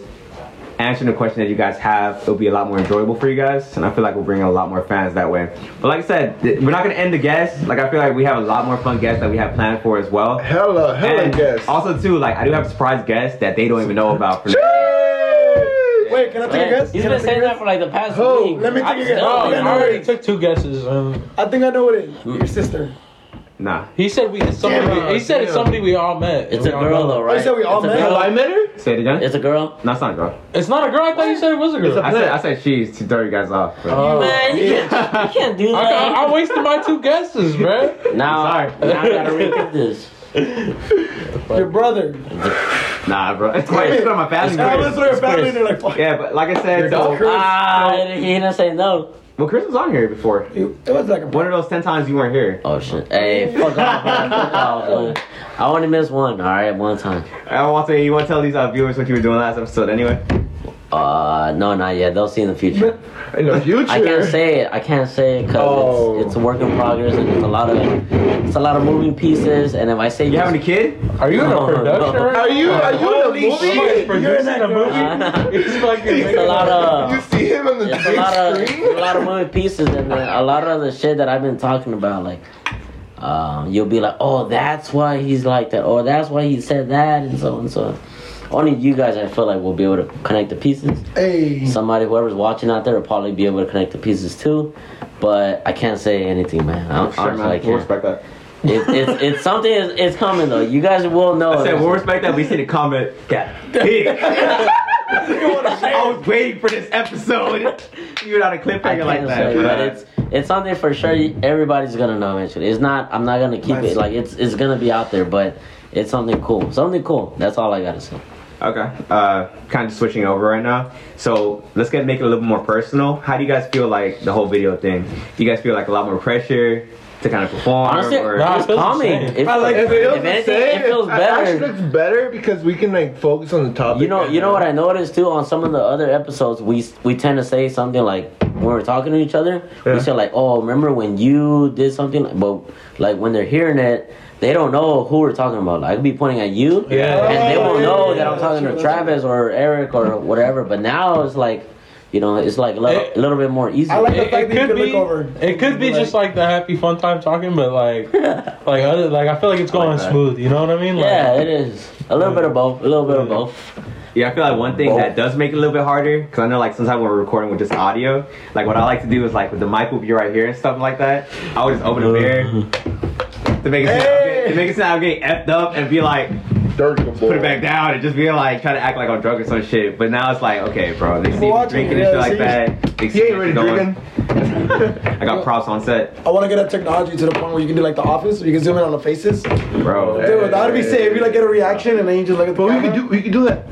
A: answering the question that you guys have, it'll be a lot more enjoyable for you guys, and I feel like we'll bring in a lot more fans that way. But like I said, th- we're not gonna end the guests. Like I feel like we have a lot more fun guests that we have planned for as well.
F: Hella, hella
A: And
F: guess.
A: Also, too, like I do have a surprise guest that they don't even know about. For
D: Wait, can I take a guess?
B: He's
D: Can I
B: been
D: take a
B: saying
D: guess?
B: that for like the past
D: Oh,
B: week.
D: let me take a guess.
E: Oh,
D: I think I
E: I
D: know
E: already
D: it is.
E: took two guesses. Um,
D: I think I know what it is. Your sister. Oh,
A: nah,
E: he said we. It's somebody.
F: Damn,
E: he said it's
F: damn.
E: somebody we all met.
B: It's
E: We
B: a
E: all
B: girl
E: know.
B: though, right?
D: said we all
B: it's a
D: met. Oh,
B: girl.
D: Have
F: I met her.
A: say it again.
B: It's a girl.
A: no, it's not a girl.
E: It's not a girl. I thought you said it was a girl. <laughs>
A: I said I said she's to throw you guys off. but-
E: Oh.
B: Man, you can't, you can't do
E: I,
B: that.
E: I, I wasted my two guesses, bro.
B: now,
A: Sorry.
B: <laughs> now I gotta
E: <laughs>
B: rethink this.
D: Your brother.
A: <laughs> Nah, bro. It's quite it's on my family.
D: I
A: members.
D: was with her family and they're like, fuck.
A: Yeah, but like I said, so,
B: Ah, he didn't say no.
A: well, Chris was on here before.
D: It was like a
A: One of those ten times you weren't here.
B: Oh shit. Hey, fuck off, man. Fuck off, man. <laughs> I only missed one. All right, one time.
A: I want to. You want to tell these uh, viewers what you were doing last episode, anyway?
B: Uh, no, not yet. They'll see in the future.
F: In the future.
B: I can't
F: <laughs>
B: say it. I can't say it because
F: Oh.
B: it's, it's a work in progress and it's a lot of it's a lot of moving pieces. And if I say
A: You having a kid?
E: Are you in
B: <laughs> No,
E: a
B: no,
E: production?
B: no.
E: right
F: Are you? Are you in the
E: now? Somebody's
F: movie?
E: producing a
B: Uh-huh.
E: movie. It's fucking.
B: it's a lot of
F: You see him on the
B: it's a
F: big
B: lot of
F: screen?
B: a lot of moving pieces and uh, a lot of the shit that I've been talking about, like. Um, you'll be like, oh, that's why he's like that, or that's why he said that, and so on and so on. Only you guys, I feel like, will be able to connect the pieces.
D: Hey.
B: Somebody, whoever's watching out there, will probably be able to connect the pieces too. But I can't say anything, man. I, honestly,
A: Sure, man.
B: I
A: We'll
B: can't.
A: respect that.
B: It's, it's, it's something. It's, it's coming though. You guys will know.
A: I said
B: eventually.
A: we'll respect that. We see the comment. <laughs> Yeah. I was waiting for this episode. You're not a
B: I
A: cliffhanger
B: can't
A: like that.
B: say,
A: but,
B: but
A: uh,
B: it's it's something for sure. you- Everybody's gonna know eventually. It's not. I'm not gonna keep it like it's it's gonna be out there, but it's something cool. Something cool. That's all I gotta say.
A: Okay. Uh, kind of switching over right now. So let's get make it a little more personal. How do you guys feel like the whole video thing? Do you guys feel like a lot more pressure to kind of perform?
B: Honestly,
A: or-
E: nah,
F: <laughs>
B: it's
E: it feels
B: calming.
E: the same.
B: It,
F: I like
B: if,
F: it feels
B: if
F: the
B: anything,
F: same.
B: it feels
F: I- Actually,
B: better.
F: looks better because we can like focus on the topic.
B: You know,
F: and,
B: you know what
F: uh,
B: I noticed too on some of the other episodes. We we tend to say something like when we're talking to each other, we say like, "Oh, remember when you did something?" But like when they're hearing it, they don't know who we're talking about. Like, I could be pointing at you,
E: Yeah.
B: and they won't
D: Oh, yeah,
B: know
D: yeah,
B: that I'm
D: that's
B: talking
D: true,
B: to
D: that's
B: Travis or Eric or whatever. But now it's like, you know, it's like a little,
E: It-
B: a little bit more easy.
D: I like the
E: It,
D: fact
E: it
D: that you
E: could
D: can
E: be.
D: look over.
E: It could be just like the happy fun time talking, but like, <laughs> like other like I feel like it's going
B: that.
E: smooth. You know what I mean? Like,
B: yeah, it is a little bit of both, a little bit of both.
A: Yeah, I feel like one thing that does make it a little bit harder, because I know like sometimes when we're recording with just audio, like what I like to do is like with the mic will be right here and stuff like that, I would just open the beer
F: Mm-hmm.
A: to make it sound, to make it sound I'm getting effed up and be like,
F: Dirk the
A: put it back down and just be like trying to act like I'm drunk or some shit. But now it's like, okay, bro, they see me
D: Watch it,
A: drinking and
D: yeah,
A: shit like
D: see.
A: that. They see
F: He ain't
A: me
F: really
A: going.
F: drinking.
A: I got props on set,
D: I want to get a technology to the point where you can do like the office, where you can zoom in on the faces. Dude,
A: bro.
D: that would be sick. If you like get a reaction and then you just look at the
F: But we
D: camera.
F: could do we could do that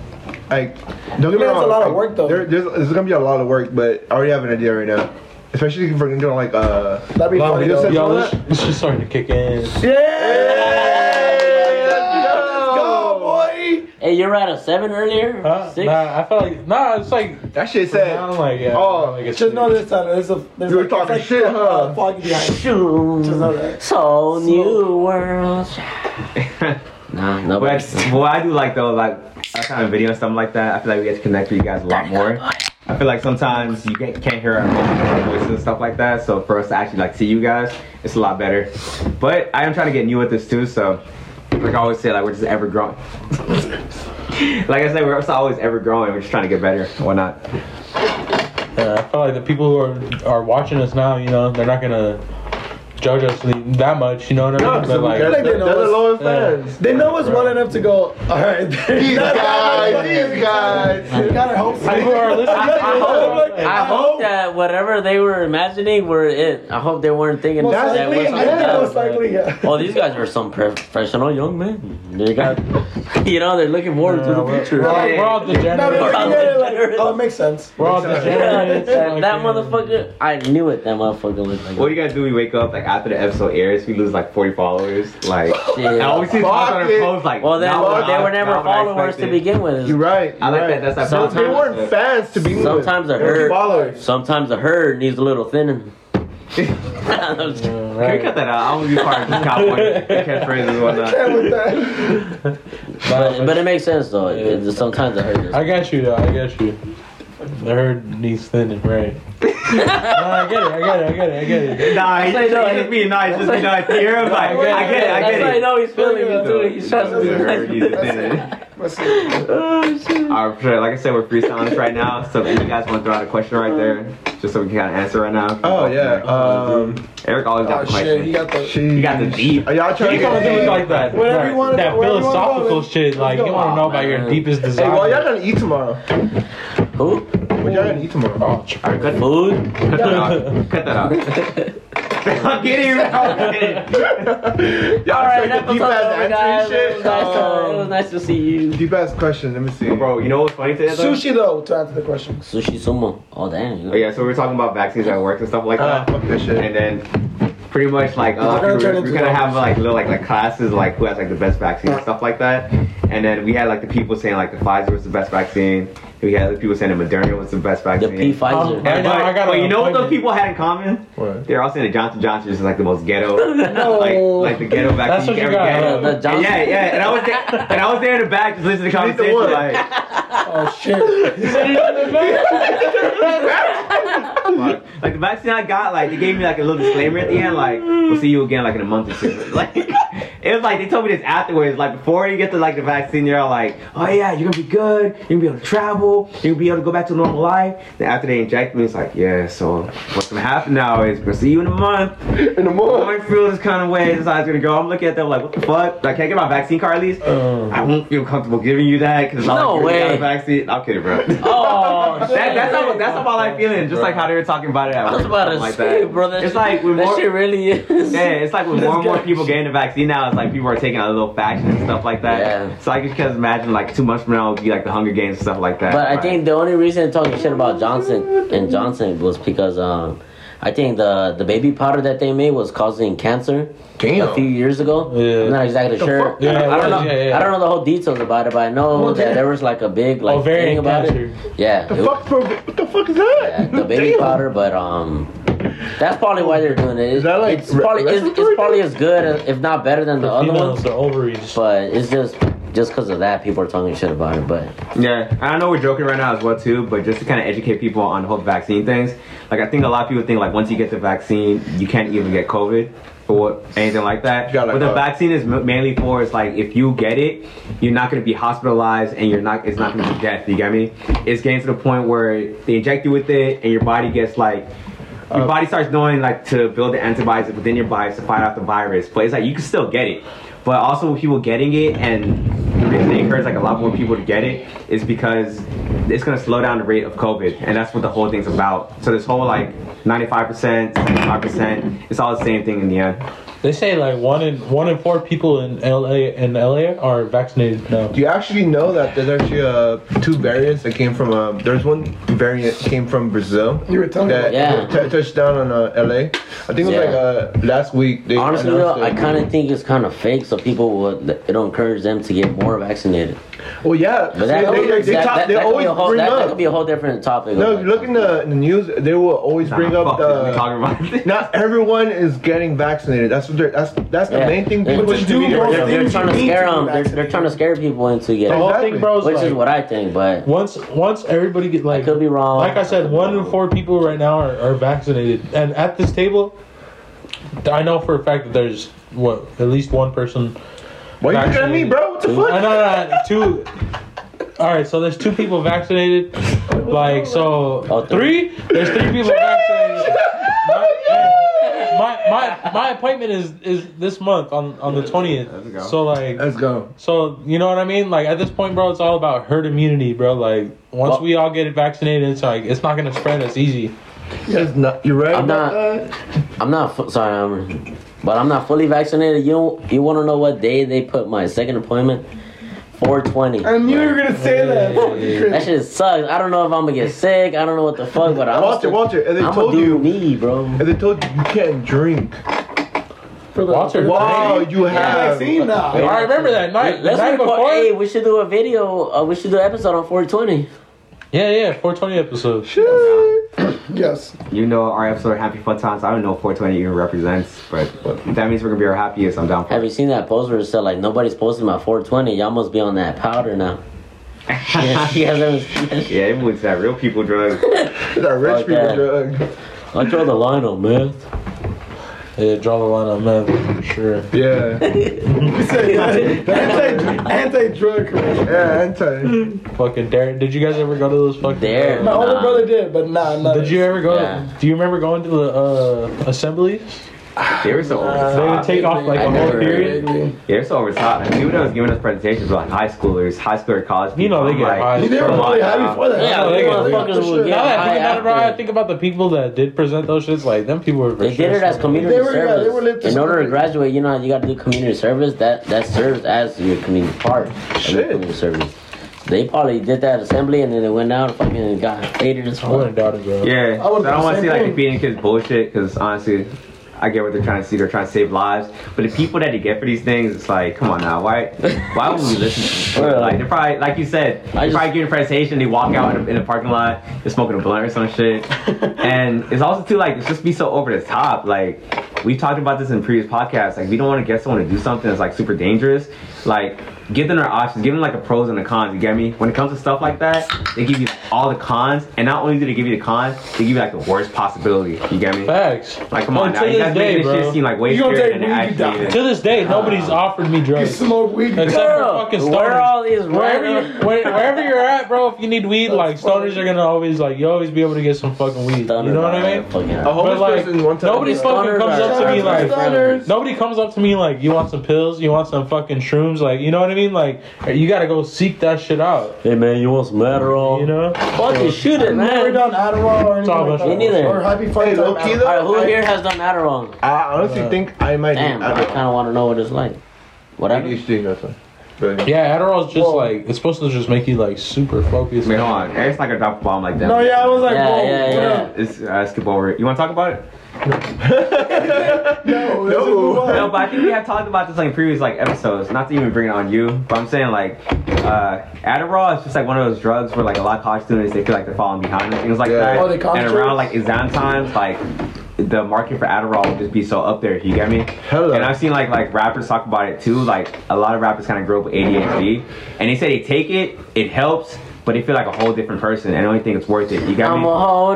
F: Like, don't
D: Dude,
F: get me
D: that's a
F: wrong,
D: lot of
F: like,
D: work, though.
F: There, there's, there's gonna be a lot of work, but I already have an idea right now. Especially if we're gonna do like uh,
D: That'd be
F: long
D: funny,
F: video
D: though.
F: sets and all
E: Yo,
F: that.
E: this, this shit's starting to kick in.
F: Let's go, boy.
B: Hey, you're at a seven earlier?
E: Huh?
B: Six?
E: Nah, I felt like nah. It's like
F: That shit
E: I
F: said.
E: don't like it.
F: Oh,
E: like it's
D: Just know this time, there's a. There's
F: You were
D: like-
F: talking
D: it's like,
F: shit, huh?
D: Uh, foggy behind.
B: Shoot.
D: Just know that.
B: So new
A: <laughs>
B: world. nah, nobody.
A: But well, I do like though, like that kind of video and stuff like that. I feel like we get to connect with you guys a lot more. I feel like sometimes you can't can't hear our emotions or our voices and stuff like that. So for us to actually like see you guys, it's a lot better. But I am trying to get new at this too. So like I always say, like we're just ever growing. <laughs> like I said, we're also always ever growing. We're just trying to get better and whatnot.
E: Yeah, I feel like the people who are are watching us now, you know, they're not gonna judge us that much. You know what I mean? but like,
F: They're,
D: like they
F: they're
D: know
F: the
D: us.
F: lowest
E: Yeah.
F: fans.
D: They know us well enough to go, alright. <laughs>
F: These guys, these guys.
D: Gotta hope so.
E: people who are
B: <laughs>
E: listening.
B: I hope that whatever they were imagining were it. I hope they weren't thinking
D: Most
B: that
D: likely,
B: was
D: yeah,
B: something
D: most
B: else.
D: likely, yeah. <laughs>
B: Oh, these guys were some professional young men. They got, <laughs> you know, they're looking forward to the future.
E: We're all, we're all
D: No,
E: degenerates.
D: but
B: Probably
D: yeah, like,
B: better.
D: oh, it makes sense.
E: We're all
B: that,
E: degenerates.
B: <laughs> that
E: fucking-
B: motherfucker, I knew it. That motherfucker looked like.
A: What do you guys do? We wake up like after the episode airs, we lose like 40 followers. Like I always see
F: Fuck
A: talk on our
F: it.
A: posts like.
B: well, they,
A: not what
B: they
A: I-
B: were never
A: not what I
B: followers to
A: expected.
B: begin with.
F: You're right.
A: I like that. That's that.
B: Sometimes-
F: They weren't fans to be
B: Sometimes the
F: they were
B: herd.
F: followers.
B: Sometimes the herd needs a little thinning.
E: uh,
A: Can we cut that out? I want to be part of this
D: <laughs>
A: cowboy catchphrases and
B: <laughs>
A: whatnot.
D: With that.
B: But, but it makes sense though. It- it- sometimes the herd.
E: I got you though. I got you. The herd needs thinning, right? no, I get it. I get it. I get it. I get it.
A: Nah, he's
B: like,
A: just,
B: no,
A: he's just being nice. Just be nice. Here, I'm like,
E: That's
A: I get it. I
B: That's how
A: get
B: you
A: it.
B: know he's feeling it too. He's trying to
A: He's
B: be
A: a herd,
B: nice.
A: he's a thinner.
D: Oh,
B: Oh,
A: All right, sure. Like I said, we're freestyling this right now. So if you guys want to throw out a question right there, just so we can kind of answer right now.
F: <laughs>
A: Uh,
F: Oh yeah. Um,
A: Eric always got
D: Oh,
A: the
D: shit, he
A: question.
D: got the.
F: she-
A: You got the deep.
F: Are y'all trying
E: You
F: to
E: come
F: get
E: do it like that.
D: Whatever you wanna-
E: That
D: whatever you wanna call
E: philosophical
D: it.
E: shit. Like you want to know about your
B: man.
E: deepest
F: Hey,
E: desire.
F: well, y'all gonna eat tomorrow.
B: Who?
F: What y'all gonna eat tomorrow?
E: Oh,
A: All right, cut,
B: Food?
A: cut that out. Cut that out.
D: <laughs>
A: I'm kidding. I'm kidding.
F: Y'all
B: All right,
F: trying to
B: episode
F: deep
B: over,
F: ass
B: guys.
F: answer
B: It
F: and shit.
B: was nice to- it was
F: Um,
B: nice to see you.
F: Deep ass question. Let me see.
A: Bro, you know what's funny today though?
D: Sushi, though, to answer the question.
B: Sushi sumo. Oh damn.
A: Oh, yeah, so we were talking about vaccines at work and stuff like
F: Ah,
D: Uh,
A: that.
F: fuck that shit.
A: uh, and then pretty much like a lot
D: We're gonna
A: of
D: turn
A: people,
D: into
A: we're gonna have
D: zombies.
A: like little like, like classes like who has like the best vaccine and stuff like that. And then we had like the people saying like the Pfizer was the best vaccine. We had the people saying the Moderna was the best
B: The
A: vaccine.
B: P
E: Um,
B: Pfizer.
E: I
A: But,
E: know, I got
A: but
E: an
A: you know what those
E: appointment.
A: people had in common?
F: What?
A: They're all saying the Johnson Johnson is like the most
B: <laughs>
A: ghetto, like like the ghetto
E: That's
A: vaccine
E: what
A: you
E: you
A: ever
E: got.
A: get.
B: The Johnson.
A: Yeah, yeah, and I was there, and I was there in the back just listening to the
F: Read the
A: conversation.
F: wood.
A: like,
D: Oh, shit. <laughs>
A: fuck. like the vaccine I got, like they gave me like a little disclaimer at the end, like we'll see you again like in a month or two. <laughs> Like it was like they told me this afterwards, like before you get to like the vaccine, you're all like, oh yeah, you're gonna be good, you're gonna be able to travel, you're gonna be able to go back to normal life. Then after they inject me, it's like yeah, so what's gonna happen now is we'll see you in a month.
F: In the morning.
A: Going through this kind of way, this is how it's gonna go. I'm looking at them like, what the fuck? Like, can I get my vaccine card at least? I won't feel comfortable giving you that because
B: Uh. No
A: I'm like, you already
B: way.
A: got a vaccine. I'm kidding, bro. <laughs>
B: Oh,
A: That, that's
B: <laughs> shit.
A: how that's how my life feeling. Just like how they were talking about it at
B: I was
A: work,
B: about to
A: like
B: say,
A: that.
B: bro. That
A: it's
B: shit,
A: like with
B: that
A: more,
B: shit
A: <laughs>
B: really is.
A: yeah, it's like with more and more people getting the vaccine now. It's like people are taking a little faction and stuff like that.
B: Yeah.
A: So I just can't imagine like two months from now it'll be like the Hunger Games and stuff like that.
B: But I
A: Right.
B: think the only reason I'm talking shit about Johnson and Johnson was because um, I think the the baby powder that they made was causing cancer a few years ago.
E: Yeah.
B: I'm not exactly sure.
E: Yeah,
B: I, don't- I
E: it
B: don't
E: was,
B: know.
E: yeah, yeah.
B: I don't know the whole details about it, but I know that there was like a big like
E: Ovarian
B: thing about
E: cancer.
B: it. Yeah, it-
F: Fuck for what the fuck is that?
B: yeah,
F: <laughs>
B: the baby
F: Damn.
B: powder, but um. That's probably why they're doing it. It's,
F: that, like,
B: it's probably it's, it's
F: respiratory?
B: probably as good, if not better, than the other
E: Females,
B: ones.
E: the ovaries.
B: But it's just just because of that, people are talking shit about it. But
A: Yeah, and I know we're joking right now as well too, but just to kind of educate people on the whole vaccine things. Like I think a lot of people think like once you get the vaccine, you can't even get COVID or anything like that.
F: You gotta,
A: What the
F: uh,
A: vaccine is m- mainly for is like if you get it, you're not gonna be hospitalized and you're not it's not gonna be death. You get me? It's getting to the point where they inject you with it and your body gets like.
F: Uh,
A: Your body starts knowing like to build the antibodies within your body to fight off the virus, but it's like you can still get it. But also with people getting it and the reason they encourage like a lot more people to get it is because it's gonna slow down the rate of COVID, and that's what the whole thing's about. So this whole like 95%, 75%, it's all the same thing in the end.
E: They say like one in one in four people in LA in LA are vaccinated now.
F: Do you actually know that there's actually uh, two variants that came from? Uh, there's one variant that came from Brazil.
D: You were telling me
F: that
B: Yeah.
F: t- touched down on uh, LA. I think it was
B: Yeah.
F: like uh, last week. They
B: Honestly,
F: announced
B: though, I
F: it.
B: kind of think it's kind of fake, so people would it'll encourage them to get more vaccinated.
F: Well, yeah.
B: But
F: they,
B: that,
F: they, they,
B: that-
F: talk,
B: that-
F: they
B: that could be
F: always
B: a whole-
F: bring
B: that- that
F: up.
B: could be a whole different topic.
F: no,
B: of
F: if you
B: like-
F: look in the, in the news, they will always bring
A: Nah,
F: up
A: fuck this, we
F: the.
A: talking about this.
F: Not everyone is getting vaccinated. That's what they're. That's that's the
B: Yeah.
F: main thing
B: They-
F: people
B: Which
F: should
D: do
F: be.
D: both
B: they're, they're
D: things
B: trying
D: you
B: to
D: need
B: scare
D: to be
B: them. They're, they're
D: vaccinated.
B: trying to scare people into
E: The
B: getting,
E: whole
F: Exactly.
E: thing, bro, is
B: which
E: like,
B: is what I think. But
E: once once everybody get
B: I
E: like
B: could be wrong.
E: like I said, one in four people right now are, are vaccinated, and at this table, I know for a fact that there's what at least one person.
F: Why you looking at me, bro? What the fuck?
E: I know that two. All right, so there's two people vaccinated. Like so,
B: Oh, three.
E: three. There's three people
F: <laughs>
E: vaccinated. My, my my my appointment is is this month on on the twentieth. So like
F: Let's go.
E: so you know what I mean? Like at this point, bro, it's all about herd immunity, bro. Like once
B: Well-
E: we all get vaccinated, it's like it's not gonna spread as easy.
F: It's not, you're right.
B: I'm not-
F: about that?
B: I'm not fu- sorry, I'm, but I'm not fully vaccinated. You don't, you want to know what day they put my second appointment? 420.
D: I knew you were gonna say
B: That
D: that.
B: shit sucks. I don't know if I'm gonna get sick. I don't know what the fuck, but I'm
F: Walter, Walter, and they
B: I'm
F: told
B: gonna do
F: you-
B: me, bro.
F: And they told you you can't drink.
D: For the-
E: Walter,
F: Wow, you have.
D: Vaccine now.
E: I remember that night.
B: Let's
E: night
B: record.
E: before.
B: Hey, we should do a video. Uh, we should do an episode on 420.
E: Yeah, yeah, 420 episode.
D: Yes.
A: You know our episode of Happy Fun Times. I don't know what 420 even represents, but if that means we're gonna be our happiest. I'm down for
B: Have
A: it.
B: you seen that post where it said like nobody's posting my 420? Y'all must be on that powder now. <laughs> yeah, you guys haven't seen that shit.
A: Yeah, it was that real people drug.
F: That rich people
B: yeah.
F: drug.
B: I draw the line on meth.
E: Yeah, draw the line on that for sure.
F: Yeah.
D: Anti anti drug.
F: Yeah, anti.
E: Fucking Derek, did you guys ever go to those fucking?
B: Dare.
D: My
E: uh,
D: older
B: Nah.
D: brother did, but nah, nah.
E: did you ever go?
B: Yeah.
E: Do you remember going to the uh, assembly?
A: They were so over
F: Uh,
A: the
E: They would
A: top.
E: take off like
B: I
E: a whole
B: never-
E: period.
A: They were so over the top. People that was giving us presentations about high schoolers, high schooler college.
E: You know
A: people,
E: they
A: I'm
E: get
A: like,
E: high.
D: You never
A: Come on
D: really had
A: now.
D: before that.
B: Yeah,
E: Oh, they
B: we
E: get-
B: motherfuckers
D: for sure.
B: will get
E: Now that I
B: high
E: think about it, bro, I
B: after.
E: think about the people that did present those shits. Like them people were. for
B: They
E: sure
B: did it as
E: so-
B: community
D: They were- yeah, they
B: service.
D: were lit to
B: In order to
D: something.
B: graduate, you know how you got to do community service. That that serves as your community part. of your
F: Shit.
B: community service. They probably did that assembly and then they went out and fucking got hated as
E: I wouldn't
B: fuck.
E: doubt it, bro.
A: Yeah,
D: I would've
A: so I
D: done
A: don't
D: the
A: want to
D: same
A: see like
D: thing.
A: the feeding kids bullshit because honestly, I get what they're trying to see. They're trying to save lives, but the people that they get for these things, it's like, come on now, why? Why would we listen? to them?
B: Well,
A: Like they're probably, like you said, they
B: I just-
A: probably give a presentation. They walk out in a, in a parking lot, they're smoking a blunt or some
E: <laughs>
A: shit, and it's also too like it's just be so over the top. Like we've talked about this in previous podcasts. Like we don't want to get someone to do something that's like super dangerous. Like give them their options, give them like a pros and the cons. You get me? When it comes to stuff like that, they give you all the cons, and not only do they give you the cons, they give you like the worst possibility. You get me?
E: Facts.
A: Like come on,
E: And
A: now
E: to
A: you
E: this
A: guys making
E: day,
A: this
E: bro.
A: shit seem like way
D: You gonna
A: scarier
D: take
A: than it
D: weed, you
A: actually
D: die.
A: is.
E: To this day, nobody's offered me
D: You
E: drugs.
D: smoke weed. you
E: Except for
B: Girl,
E: fucking stoners.
B: where are all these
E: wherever, you,
B: random-
E: where, wherever you're at, bro, if you need weed, like stoners are gonna always like you always be able to get some fucking weed. You know what I mean?
B: Fucking-
F: A homeless
E: like,
F: person one time.
E: nobody fucking
B: Stoners
E: comes
B: are-
E: up to me
D: Stoners are
E: like
D: stoners.
E: nobody comes up to me like you want some pills, you want some fucking shrooms, like you know what I mean? Like you gotta go seek that shit out.
B: Hey man, you want some Adderall?
E: You know?
B: Fucking shoot it,
D: Never
B: man.
D: done Adderall or anything.
E: all
D: like
E: about
D: that.
B: you. Me neither.
D: Or happy fun
F: Hey,
D: time.
F: low-key
D: Adderall.
F: though,
B: Alright, who
F: I-
B: here has done Adderall?
F: I honestly think I might
B: Damn,
F: need
B: I kind of want to know what it's like. Whatever.
F: ADHD. That's why. Really.
E: Yeah, Adderall's just
D: Whoa.
E: like it's supposed to just make you like super focused.
A: I mean, hold on, Eric's not gonna drop a bomb like that.
D: No, yeah, I was like,
B: Yeah,
D: whoa.
B: yeah, yeah.
A: It's, uh, skip over it. You want to talk about it?
D: No, let's move on.
A: No, but I think we have talked about this like in previous like episodes. Not to even bring it on you, but I'm saying like uh, Adderall is just like one of those drugs where like a lot of college students they feel like they're falling behind and things like
F: Yeah.
A: that.
D: Oh, they
A: and
D: concentrate?
A: around like exam times, like the market for Adderall would just be so up there. You get me?
F: Hello.
A: And I've seen like like rappers talk about it too. Like a lot of rappers kind of grow up with ADHD, and they say they take it, it helps. But they feel like a whole different person, and I don't think it's worth it. You got
B: I'm
A: me?
B: a whole
D: <laughs>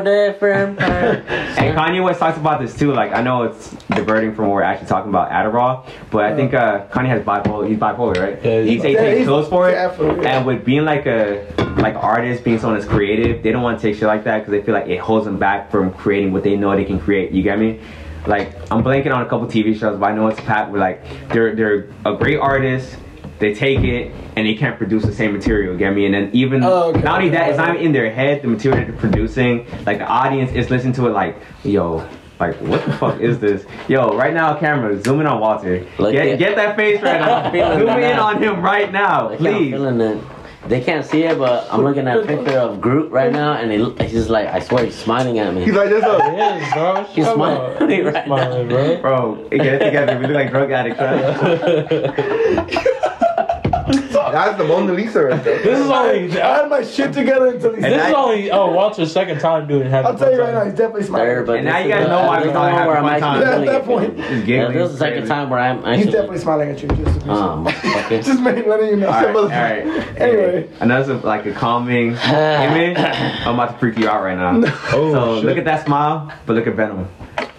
A: <laughs>
B: different
A: And Kanye West talks about this too. Like I know it's diverting from what we're actually talking about Adderall, but I think uh, Kanye has bipolar. He's bipolar, right?
E: Yeah, he's
A: he takes
D: bipolar. Yeah,
A: takes
D: he's
A: pills for it.
D: definitely, yeah.
A: And with being like a like artist, being someone that's creative, they don't want to take shit like that because they feel like it holds them back from creating what they know they can create. You get me? Like I'm blanking on a couple TV shows, but I know it's a pat where like they're they're a great artist. They take it and they can't produce the same material. you Get me? And then even
D: Oh, okay.
A: not only that, it's not even in their head the material that they're producing. Like the audience is listening to it like, yo, Like, what the fuck is this? Yo, right now, camera, zoom in on Walter.
B: Like
A: get,
B: it.
A: get that face right now.
B: <laughs> Feeling
A: zoom
B: that
A: in
B: now.
A: on him right now,
B: Like, yeah, I'm
A: please.
B: feeling it. They can't see it, but I'm looking at a picture of Groot right now, and he, look- he's like, I swear, he's smiling at me.
F: He's like, this up.
E: Yes, bro. What you talking
B: He's smiling
E: about? He's
B: right
E: smiling, bro.
A: Bro, get it together. We look like drug addicts,
B: <laughs>
A: right?
F: That's the Mona Lisa right there.
E: This is only
D: I
E: this
D: had my shit together until he's.
A: And
E: is
A: I-
E: only oh Walter's second time doing heavy.
D: I'll tell you right now, he's definitely
B: There,
D: smiling.
B: but
A: And now
B: this
A: you
B: is
A: guys
B: the-
A: know why
B: this
A: we
B: is
A: don't
B: the one
A: have
B: where
A: fun
B: I'm
A: times.
B: actually
D: Yeah,
B: really
D: at that
B: getting-
D: point.
A: Just
B: Yeah,
A: giggling.
B: this is the second time where I'm
D: He's
B: actually.
D: definitely smiling at you. Just, to be-
B: Oh, motherfucker.
D: <laughs> just making letting you know.
A: All right, all
D: Motherfucker.
A: right.
D: <laughs> Anyway.
A: another like a calming
B: <sighs>
A: image. I'm about to freak you out right now.
F: Oh,
A: so look at that smile, but look at Venom.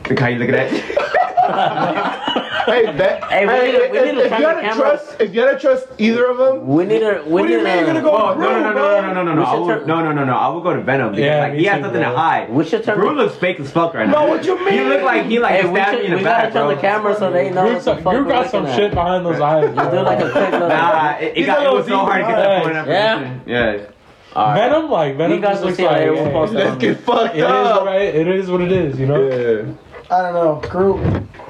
A: Look how you look at that.
F: Hey, that,
B: Hey, we need to- we
F: if-
B: need to
F: if
B: turn
F: you
B: the
F: gotta
B: camera-
F: trust, if you gotta trust either of them,
B: We need a. We
D: What do you
B: need
D: mean
B: a-
D: you're gonna go
A: Oh,
D: on
A: no, no, no, no, no, no, no, no,
B: We
A: I
B: should
A: will-
B: turn-
A: no, no, no, no. I will go to Venom because
E: Yeah,
A: like,
E: me
A: he has
E: too,
A: nothing to
E: bro.
A: hide.
B: We should turn
A: Brew
B: the-
A: looks fake as fuck right now.
D: No, what you
A: He
D: mean?
A: look like he like
B: Hey, we,
A: stabbed me
B: should,
A: in the
B: we gotta
A: back,
B: turn
A: bro.
B: the camera so they know
E: You
B: what the fuck we're
E: got some
B: looking
E: shit
B: at.
E: behind those eyes.
B: Do
E: bro.
B: like a quick little.
A: Nah, it, it,
D: He's
A: got,
D: like,
A: it
D: oh,
A: was so hard to get
E: eyes.
A: that point up.
B: Yeah.
A: yeah.
B: All right.
E: Venom, like Venom,
B: You guys
E: just
B: will
E: looks
B: see
E: like
B: later.
E: hey,
B: We'll post
E: it
B: that
F: let's
B: on
F: get fucked
E: is
F: up.
E: right. It is what it is, you know.
F: Yeah.
D: I don't know. Groot.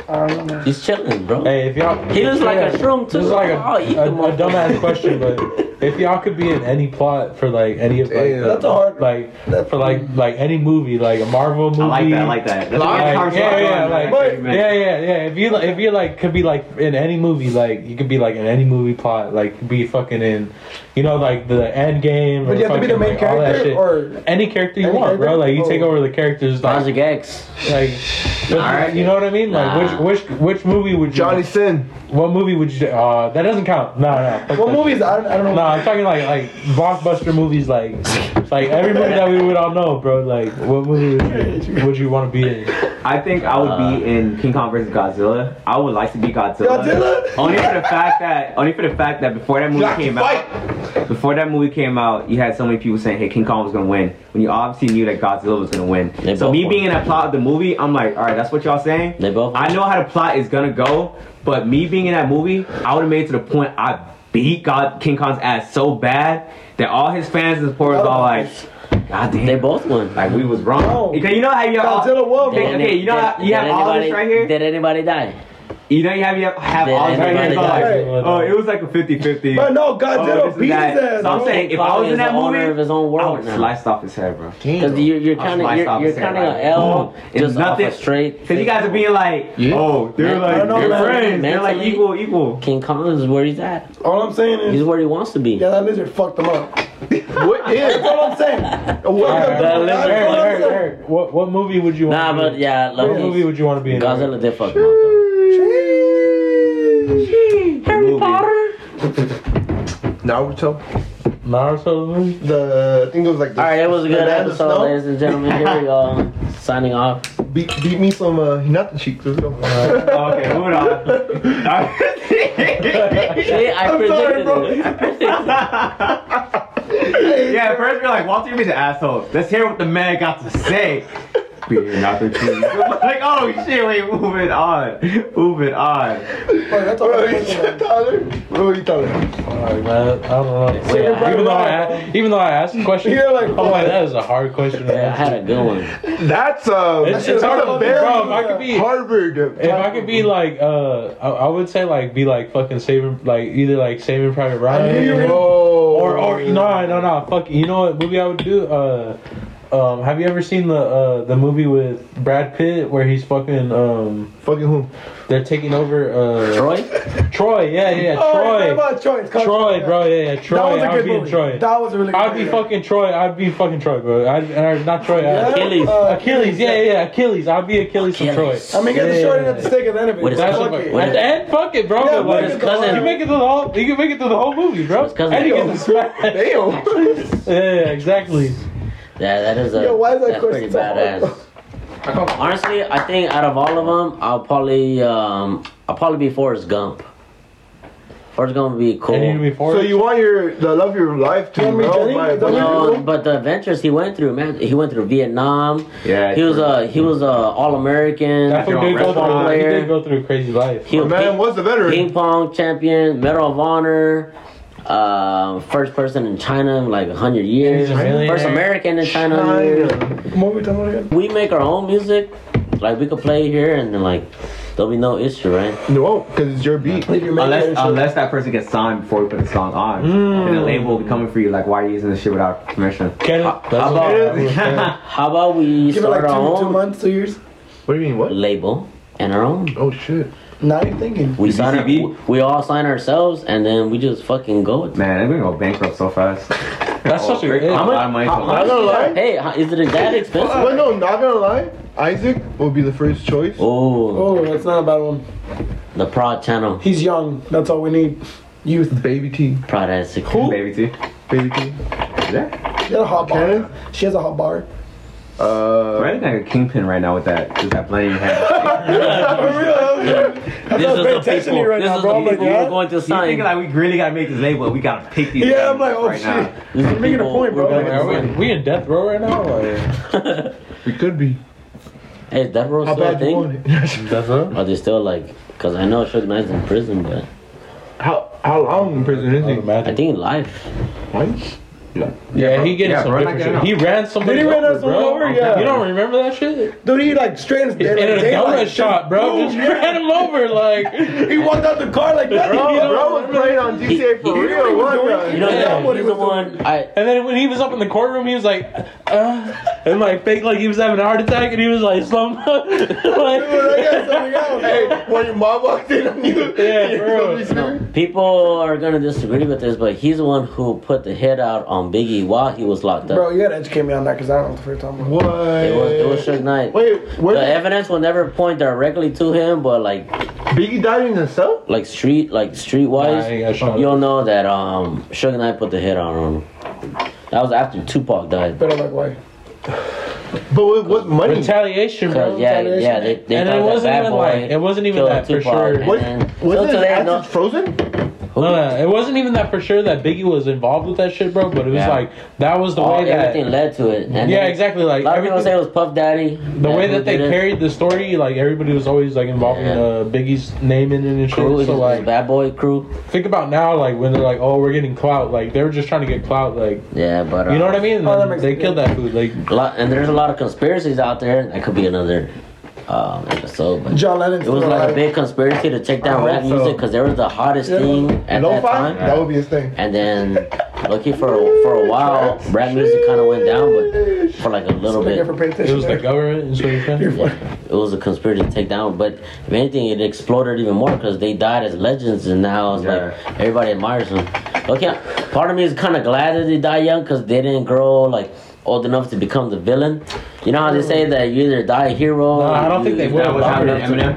D: I don't know.
B: He's chilling, bro.
E: Hey, if y'all,
B: He looks like a shroom, too.
E: This is like a,
B: I'll eat
E: a,
B: the
E: a dumbass question, but if y'all could be in any plot for like any of like,
F: Damn.
E: the-
D: That's a hard-
E: like for like like any movie, like a Marvel movie.
A: I like that. I like that. That's
E: Like,
A: what
E: yeah,
A: I'm talking
E: yeah,
A: about.
E: yeah, like,
A: Like,
E: yeah, yeah, yeah. If you like, if you like, could be like in any movie, like you could be like in any movie plot, like be fucking in, you know, like the end game.
D: But
E: or
D: you have to be the
E: fucking,
D: main
E: like, all that
D: character
E: shit.
D: or-
E: any character you
D: Any
E: want, bro.
D: character?
E: Like you take
D: Oh.
E: over the characters, like,
B: Project X.
E: like,
A: Alright.
E: you know what I mean? Like,
B: Nah.
E: which which which movie would you
F: Johnny Sin.
E: what movie would you? Uh, that doesn't count. No, no. fuck
D: What
E: that
D: movies? I don't, I don't know.
E: shit. No, I'm talking like like blockbuster movies, like like every movie that we would all know, bro. Like, what movie would you, would you want to be in?
A: I think I would
B: Uh,
A: be in King Kong versus Godzilla. I would like to be Godzilla.
D: Godzilla?
A: Only for the fact that only for the fact that before that movie
F: Like,
A: came
F: fight.
A: out, before that movie came out, you had so many people saying, "Hey, King Kong was gonna win," when you obviously knew that Godzilla was gonna win.
B: They
A: so
B: both
A: me
B: won.
A: being in a plot of the movie, I'm like, "All right, that's what y'all saying."
B: They both won.
A: I know how the plot is gonna go, but me being in that movie, I would have made it to the point I beat God King Kong's ass so bad that all his fans and supporters all like, "God damn."
B: They both won.
A: Like we was wrong.
D: Oh. No.
A: Because you know how you have
D: Godzilla
A: all,
D: won,
A: okay,
D: bro.
A: okay, you know how
B: Did-
A: you
B: did
A: have all
B: anybody-
A: this right here.
B: Did anybody die?
A: you know you have you have, have
B: Did
A: all this right here.
B: anybody
A: It's all like,
D: die?
A: oh, it was like a 50-50.
D: But no,
A: Oh,
D: Godzilla
A: this is
D: beat his
A: that.
D: ass.
A: So I'm
D: bro.
A: saying, if I
B: Kong
A: was
B: is
A: in that
B: the
A: movie,
B: owner of his own
A: I
B: world
A: would
B: now.
A: sliced off his head, bro.
B: Because you're you're
A: I'll
B: counting
A: slice
B: you're,
A: off
B: you're
A: his head
B: counting
A: like
B: an L
A: boom. It's
B: just off a
A: nothing.
B: straight.
A: Because you guys are being like, oh, they're
B: Man-
A: like
B: I don't know,
A: they're
B: man.
A: friends, they're like
B: Mentally-
A: equal, equal.
B: King Kong is where he's at.
D: All I'm saying
B: He's
D: is,
B: where he wants to be.
D: yeah, that lizard fucked him up.
F: What is?
D: That's all I'm saying.
E: Alright,
D: Welcome
E: alright,
D: to
B: lizard-
E: alright,
D: Godzilla.
E: alright, alright. What what movie would you?
B: Nah,
E: want to
B: but
E: be in?
B: yeah,
E: What movie
B: like
E: would you want to be in?
B: Godzilla did fuck him up. though.
A: Movie.
F: Naruto.
E: Naruto movie.
F: The I think it was like. The,
B: All right, that was a
F: the
B: good
F: Land of
B: episode,
F: Snow.
B: ladies and gentlemen. Here we go. Signing off.
F: Beat, beat me some uh, Hinata cheeks. Let's go.
A: Okay, moving on.
B: See, I
F: I'm sorry,
B: predicted
F: bro.
B: it. I predicted it.
A: <laughs> yeah, first we're like, Walter, you're being an asshole. Let's hear what the man got to say. Being not the truth. <laughs> like, oh shit, wait, moving on. Moving on.
D: Bro, That's all
F: Bro,
D: I'm
F: you
D: saying.
F: <laughs> said Tyler. Bro, you Tyler.
E: Alright, man, I don't know.
B: Wait, I-
E: even though I a- even though I asked the question,
D: You're like,
E: I'm like that is a hard question.
B: I had a good one.
F: That's uh.
E: It's,
F: that's
E: it's hard,
F: a
E: bro.
F: very
E: If I could be
F: Harvard.
E: If I could be like, uh, I, I would say like be like fucking saving, like either like Saving Private Ryan, or or you know, no, no, fuck, you know what movie I would do? Uh, um, have you ever seen the uh the movie with Brad Pitt where he's fucking um
F: Fucking who?
E: they're taking over uh
B: Troy?
E: Troy, yeah, yeah,
D: Oh, it's
E: Troy,
D: about Troy. It's called
E: Troy, bro, yeah, yeah, Troy.
D: That was a
E: I'd
D: good
E: be in
D: movie.
E: Troy.
D: That was a really good
E: I'd be
D: movie.
E: fucking Troy. I'd be fucking Troy, bro. I'd, and I'd not Troy.
D: Yeah,
E: I'd,
B: Achilles.
D: uh,
E: Achilles, yeah, yeah, Achilles. I'd be Achilles,
B: Achilles.
E: from Troy.
D: I mean, get the
E: Yeah.
D: short end of the stick at the end of it.
B: What is
E: That's
B: Fuck
E: what
B: it.
E: At the end, fuck it, bro. But,
D: Yeah,
E: like,
D: what
B: his cousin-
E: You make it through the whole. You can make it through the whole movie, bro.
B: His cousin-
E: And you get the
D: <laughs>
E: smack.
F: Damn.
E: Yeah, yeah, exactly.
B: Yeah, that is a.
D: Yo, why is that
B: that's pretty
D: question so hard,
B: badass. Honestly, I think out of all of them, I'll probably um, I'll probably be Forrest Gump. Forrest Gump would be cool.
E: And you be forced.
F: So you want your the love of your life to
D: You want me
F: grow
D: Jenny?
F: by
D: Don't you-
B: No, but the adventures he went through, man, he went through Vietnam.
A: Yeah,
B: he was
A: true.
B: a he was a All American.
E: that fool
A: Like
E: did
A: a
E: go
B: restaurant
E: through. He
B: player.
E: did go through a crazy life.
B: He
F: My man was a veteran.
B: ping pong champion, Medal of Honor, um, first person in China in like hundred years,
E: He's a millionaire.
B: first American in China.
F: China.
D: What were we talking about again?
B: We make our own music. Like we could play here and then like there'll be no issue, right?
F: No, because it's your beat.
D: Leave your man there and
A: Unless
D: shit.
A: unless that person gets signed before we put the song on, and the label will be coming for you. Like, why are you using this shit without permission? <laughs>
E: Can it,
B: How
E: about,
A: about-
B: How about we
D: Give it
B: start
D: like
B: our
D: two, two
B: own
D: months, two years.
F: What do you mean? What?
B: label and our own?
F: Oh shit.
D: Now you're thinking.
B: We sign our,
A: DCB?
B: we all sign ourselves and then we just fucking go with it.
A: Man, they're gonna go bankrupt so fast.
E: that's such a
A: Break-
E: good.
A: a lot of money.
B: How
A: for that.
F: I'm not gonna lie.
B: Hey, how- is it that expensive?
F: But no, not gonna lie. Isaac will be the first choice.
B: Oh,
D: Oh, that's not a bad one.
B: the Prod channel.
D: He's young. That's all we need. Youth.
F: Baby T.
B: Prod has six.
A: Baby T.
F: Baby T.
A: Yeah.
D: She has a hot bar.
F: Cannon?
D: She has a hot bar.
F: Uh.
A: Right like a kingpin right now with that with that blade in your hand.
D: <laughs>
B: This is
D: not paying
B: the
D: attention to
B: people.
D: you right
B: this
D: now,
B: is
D: bro.
B: the
D: I'm like,
B: people
D: yeah?
B: we're going to
A: You
B: sign.
A: thinking like we really gotta make this label? We gotta pick these.
D: Yeah,
A: labels
D: I'm like, oh
A: right
D: shit.
A: now.
B: This is
D: You're making a
B: people
D: point,
B: we're
D: bro.
B: going to
E: Are we, we in death row right now? Like,
F: We could be. <laughs>
B: Hey, is that rule
F: How
B: still a
F: bad you want
B: thing?
F: it?
E: death row?
B: Are they still like? Cause I know Suge Knight's in prison, but
F: How how long in prison is he?
B: I
E: Imagine.
B: think in life.
F: Months?
E: Yeah, he getting
A: Yeah,
E: some
A: bro,
E: different
A: like, I
E: shit.
A: know.
E: He ran somebody
D: Did he ran
E: over,
D: us all
E: bro.
D: over? Yeah.
E: You don't remember that shit?
D: Dude, he like straight as
E: In a donut
D: daylight.
E: shop, bro.
D: Boom.
E: Just ran him over, like.
D: He walked out the car like that.
E: Bro,
D: You
E: bro,
D: know?
F: Bro was playing on GTA for real. What?
B: You
F: the-
B: know,
E: Yeah,
B: yeah,
D: what he
B: he's the
D: was doing.
B: one. I <laughs>
E: And then when he was up in the courtroom, he was like, uh, and like fake like he was having a heart attack, and he was like slum,
F: I
E: like,
F: got something else. <laughs> Hey, when your mom walked in on you,
E: Yeah,
F: you
E: bro.
F: know,
B: No, people are gonna disagree with this, but he's the one who put the hit out on Biggie while he was locked up.
D: Bro, you gotta educate me on that because I don't know what the first time.
F: What?
B: it was it was Suge Knight.
F: Wait,
B: the
F: where
B: evidence will never point directly to him, but like
F: Biggie died in the cell?
B: like street like street
E: Nah, he got
B: wise,
E: shot.
B: you'll know that um Suge Knight put the hit out on him. That was after Tupac died.
D: But I'm like, why?
F: But with what
E: <laughs>
F: money?
E: retaliation, bro.
B: Cause yeah,
E: retaliation.
B: yeah, they, they
E: And
B: thought
E: it
B: that
E: wasn't
B: Bad
E: even
B: Boy
E: like- it wasn't even
B: killed
E: that for
B: Tupac,
E: sure.
B: and
F: What,
B: then-
F: was
B: till
F: his
B: today,
F: acid
B: no-
F: frozen?
E: No, no, it wasn't even that for sure that Biggie was involved with that shit, bro. But it was
B: Yeah.
E: like that was the
B: all-
E: way that.
B: everything led to it. And
E: Yeah,
B: then
E: exactly.
B: A
E: Like
B: lot of people say
E: everything,
B: it was Puff Daddy.
E: the way that they carried the story, like everybody was always like involving
B: Yeah.
E: uh, Biggie's name in it and shit.
B: crew,
E: so like,
B: Bad Boy crew.
E: think about now, like when they're like, "Oh, we're getting clout," like they were just trying to get clout, like
B: Yeah, but uh,
E: You know what I mean?
D: Oh, that makes
E: they
D: sense.
E: killed that food. Like,
B: A lot, and there's a lot of conspiracies out there. That could be another um, episode. But
D: John Lennon.
B: it was like a big conspiracy to take down
F: I
B: rap
F: hope so.
B: music because they were the hottest
D: Yeah.
B: thing at
F: Lo
B: that
F: fi?
B: time.
F: That would be his thing.
B: And then, lucky for for a while, rap music kind of went down, but for like a little
D: Thank you
B: bit,
D: for paying
E: it
D: attention.
E: was the government and so you can.
B: it was a conspiracy to take down. But if anything, it exploded even more because they died as legends, and now it's
A: Yeah.
B: like everybody admires them. Okay, part of me is kind of glad that they died young because they didn't grow like old enough to become the villain. You know how they say that you either die a hero.
E: No, I
B: or
E: don't
B: you-
E: think they
B: you
E: would
A: That
E: have
A: was
E: allowed
A: happening.
E: it.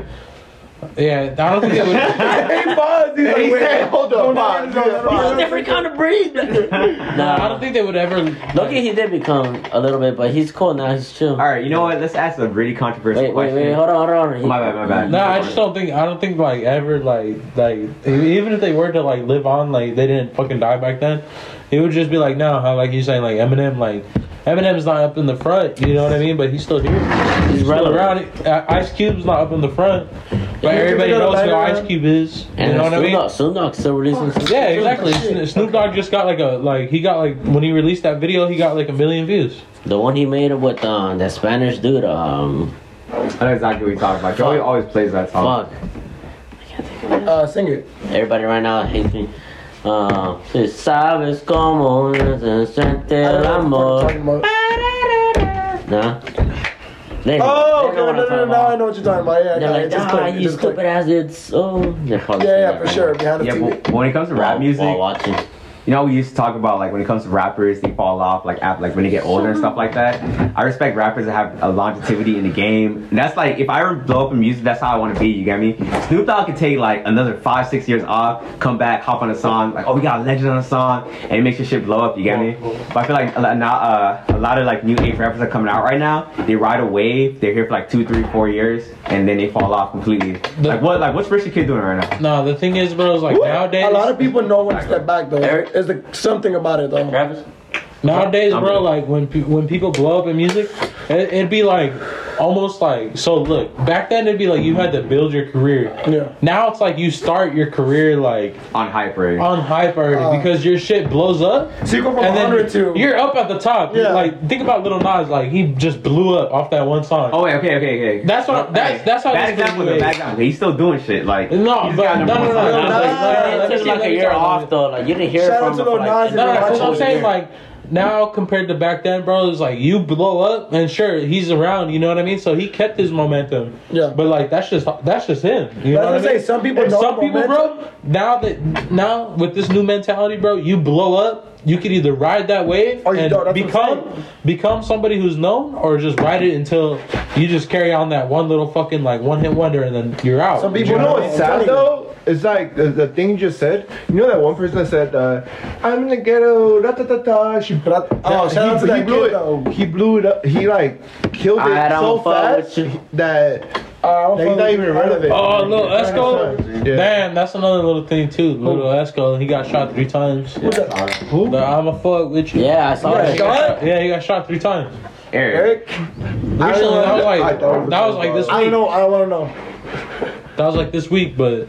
A: Eminem.
E: Yeah, I don't think they would.
D: Hey, pause. He's like,
F: He
D: wait.
F: said, hold up, pause.
B: It's a different kind of
E: <laughs>
B: breed. <laughs>
E: nah, I don't
B: nah,
E: think they would ever.
B: lucky he did become a little bit, but he's cool now. He's chill.
A: All right, you know what? Let's ask a really controversial
B: Wait, wait,
A: question.
B: wait, hold on, hold on. He-
A: My bad, my bad.
E: Nah, I just don't think. I don't think like ever like like e, even if they were to like live on, like they didn't fucking die back then. It would just be like no, how like you're saying like Eminem like. Eminem's not up in the front, you know what I mean? But he's still here. He's, still
B: relevant.
E: around. Uh, Ice Cube's not up in the front, but
B: Yeah.
E: everybody
D: Yeah.
E: knows who Ice Cube is. You
B: And
E: know what I
B: Snoop
E: mean?
B: Dogg, Snoop Dogg still releasing. some-
E: Yeah, exactly. Sno- Snoop Dogg just got like a like he got like when he released that video he got like a million views.
B: The one he made with uh, that Spanish dude, um,
A: I know exactly what you're talking about. Joey always plays that
E: Oh.
A: song.
B: fuck.
D: Uh, sing it.
B: Everybody right now hates me. Uh, si sabes cómo se siente
D: I
B: el
D: don't know what
B: amor.
D: you're talking about.
B: Nah. They, they
D: Oh, okay, no,
B: know what
D: no,
B: I'm
D: no,
B: talking
D: no, I
B: about.
D: know what you're talking about. Yeah,
B: They're
D: yeah,
B: like,
D: it just
B: ah,
D: clicked, it
B: you
D: just clicked.
B: stupid ass dudes. Oh, they're probably
D: Yeah,
B: saying that
D: yeah, for
B: right
D: sure.
B: now.
D: Behind the
A: Yeah,
D: TV.
A: but when it comes to rap
B: While- while
A: music,
D: <laughs>
B: watching.
A: You know, we used to talk about like when it comes to rappers, they fall off like app like when they get older and stuff like that. I respect rappers that have a longevity in the game. And that's like if I were to blow up in music, that's how I want to be. You get me? Snoop Dogg could take like another five, six years off, come back, hop on a song, like oh we got a legend on a song, and it makes your shit blow up. You get me? But I feel like a lot, not, uh, a lot of like new age rappers that are coming out right now. They ride a wave. They're here for like two, three, four years, and then they fall off completely.
E: The-
A: like what? Like what's Richie Kid doing right now?
E: No, the thing is, bro, is like nowadays
D: A lot of people know when to step back, though. There's something about it, though.
B: Travis?
E: Nowadays,
A: I'm
E: bro,
A: good.
E: like when pe- when people blow up in music, it, it'd be like almost like so. Look, back then it'd be like you had to build your career.
D: Yeah.
E: Now it's like you start your career like
A: on Hyper.
E: on hype already because your shit blows up.
D: Uh. So you go from
E: And then
D: 100 to
E: you're up at the top.
D: Yeah.
E: Like think about Little Nas, like he just blew up off that one song.
A: oh wait, okay, okay, okay.
E: That's what- that's- that's how
A: Bad
E: this
A: example.
E: is.
A: though, Bad example. He's still doing shit. Like
E: No,
A: he's
E: but
A: got
E: no,
A: number
E: no,
A: one
E: no, no,
A: song.
E: no,
D: Lil
E: no,
D: Nas-
E: no,
B: It
E: let me
B: took
E: see,
B: like
E: let
B: a
E: me
B: year
E: talk about
B: off
E: it.
B: though. Like you didn't hear
D: Shout out
B: from
D: to
B: him for
D: Lil
B: like.
D: Nas.
E: No,
D: Watch
E: that's what
D: over
E: I'm saying.
D: there.
E: Like now compared to back then, bro, it's like you blow up and sure he's around. You know what I mean? So he kept his momentum.
D: Yeah.
E: But like that's just that's just him. You know what I
D: That's what I
E: mean?
D: say, some people
E: And
D: know
E: some
D: the
E: people, bro. Now that now with this new mentality, bro, you blow up. You could either ride that wave
D: Or Oh, you
E: and
D: don't, that's what I'm
E: become
D: saying.
E: become somebody who's known, or just ride it until you just carry on that one little fucking like one hit wonder, and then you're out.
D: Some
F: You
D: people
F: know
D: know
F: what's
D: it's
F: sad though? It's like the, the thing you just said. You know that one person that said, uh, "I'm in the ghetto." Da, da, da, da. She,
D: But I- oh, shout out to that
F: blew
D: kid,
F: it.
D: though.
F: He blew it up. He like killed it
B: I
F: so
B: don't fuck with
F: fast
B: you.
F: that
D: Uh,
F: that he's not even relevant.
E: Oh, Lil Esco.
F: Yeah.
E: Damn, that's another little thing too. Little Esco, he got shot three times.
F: Who?
E: The I'ma fuck with you.
B: Yeah, I saw
E: He got
B: that.
E: shot? Yeah, he got shot three times.
A: Eric.
F: Eric?
E: Recently, that was
F: I
E: like
F: don't
E: that was like this
D: I don't
E: week.
D: know. I don't want to know.
E: That was like this week, but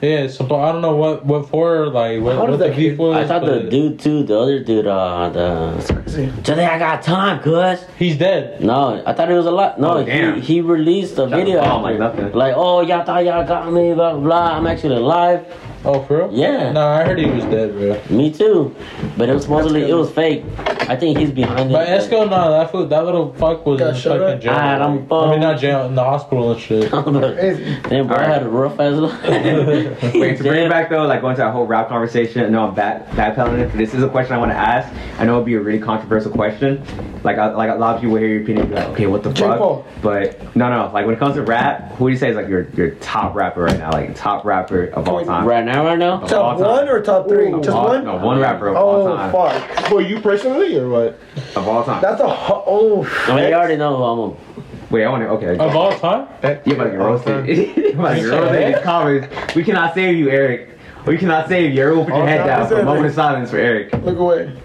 E: yeah. So but I don't know what what for like what,
D: How did
E: what the
D: that
E: beef
D: kid-
E: was.
B: I thought the
E: but
B: dude too, the other dude, uh, the today I got time, cuz.
E: He's dead.
B: No, I thought it was a lot. No,
A: Oh, damn.
B: he, he released a video.
A: Oh,
B: after.
A: like nothing.
B: Like, oh, y'all thought y'all got me, blah, blah, blah. I'm actually alive.
E: Oh, for real?
B: Yeah.
E: Nah, I heard he was dead, bro.
B: Me too. But it was supposedly, it was fake. I think he's behind it.
E: But Esco, nah, that fool, that little fuck was
D: Got
E: in
D: shot
E: fucking
D: up?
E: jail.
B: Ah, I'm
E: I mean,
B: bummed.
E: not jail, in the hospital and shit.
B: <laughs> Damn, bro, I
A: Alright.
B: had a rough ass
F: <laughs>
B: life.
A: Wait, to bring it
B: Damn.
A: back though, like going to that whole rap conversation, no, I'm back, backpedaling it. This is a question I want to ask. I know it'd be a really controversial question. Like, I, like a lot of people hear your opinion, be like, okay, what the
D: Jake
A: fuck?
D: Paul.
A: But no, no, like when it comes to rap, who do you say is like your your top rapper right now, like top rapper of all time?
B: Right now, right now?
A: Of all
D: Top
A: time.
D: one or top three?
F: Ooh.
D: Just
A: All-
D: one.
A: No, one rapper of all
D: Oh
A: time.
D: fuck.
F: For you personally or what?
A: Of all time.
D: That's a ho- oh.
B: I mean, you already know um, who I'm on.
A: Wait, I want to. Okay.
E: Of all time?
F: Eh,
A: You're about to get roasted. <laughs> You're about to get roasted in the comments. We cannot save you, Eric. We cannot save you. Everyone put your
F: All
A: head
F: time
A: down
F: is
A: for a
F: everything.
A: moment of silence for Eric.
D: Look away.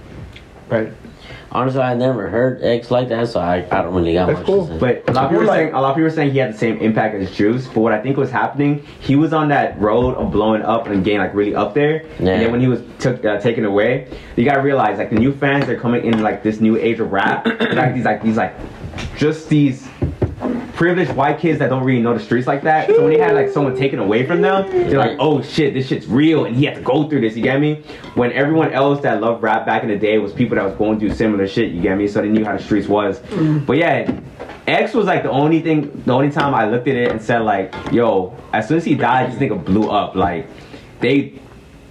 F: Right.
B: Honestly, I never heard X like that, so I, I don't really got
F: That's
B: much
F: cool.
B: to say.
A: But a lot of people were saying a lot of people were saying he had the same impact as Juice. But what I think was happening, he was on that road of blowing up and getting like really up there.
B: Yeah.
A: And then when he was took, uh, taken away, you gotta realize like the new fans they're coming in like this new age of rap, <clears throat> They're like these like these like just these privileged white kids that don't really know the streets like that. So when he had like someone taken away from them, they're like, oh shit, this shit's real, and he had to go through this. You get me? When everyone else that loved rap back in the day was people that was going through similar shit. You get me? So they knew how the streets was.
D: Mm.
A: But yeah. X was like the only thing, the only time I looked at it and said like, "Yo, as soon as he died, this nigga blew up." Like, they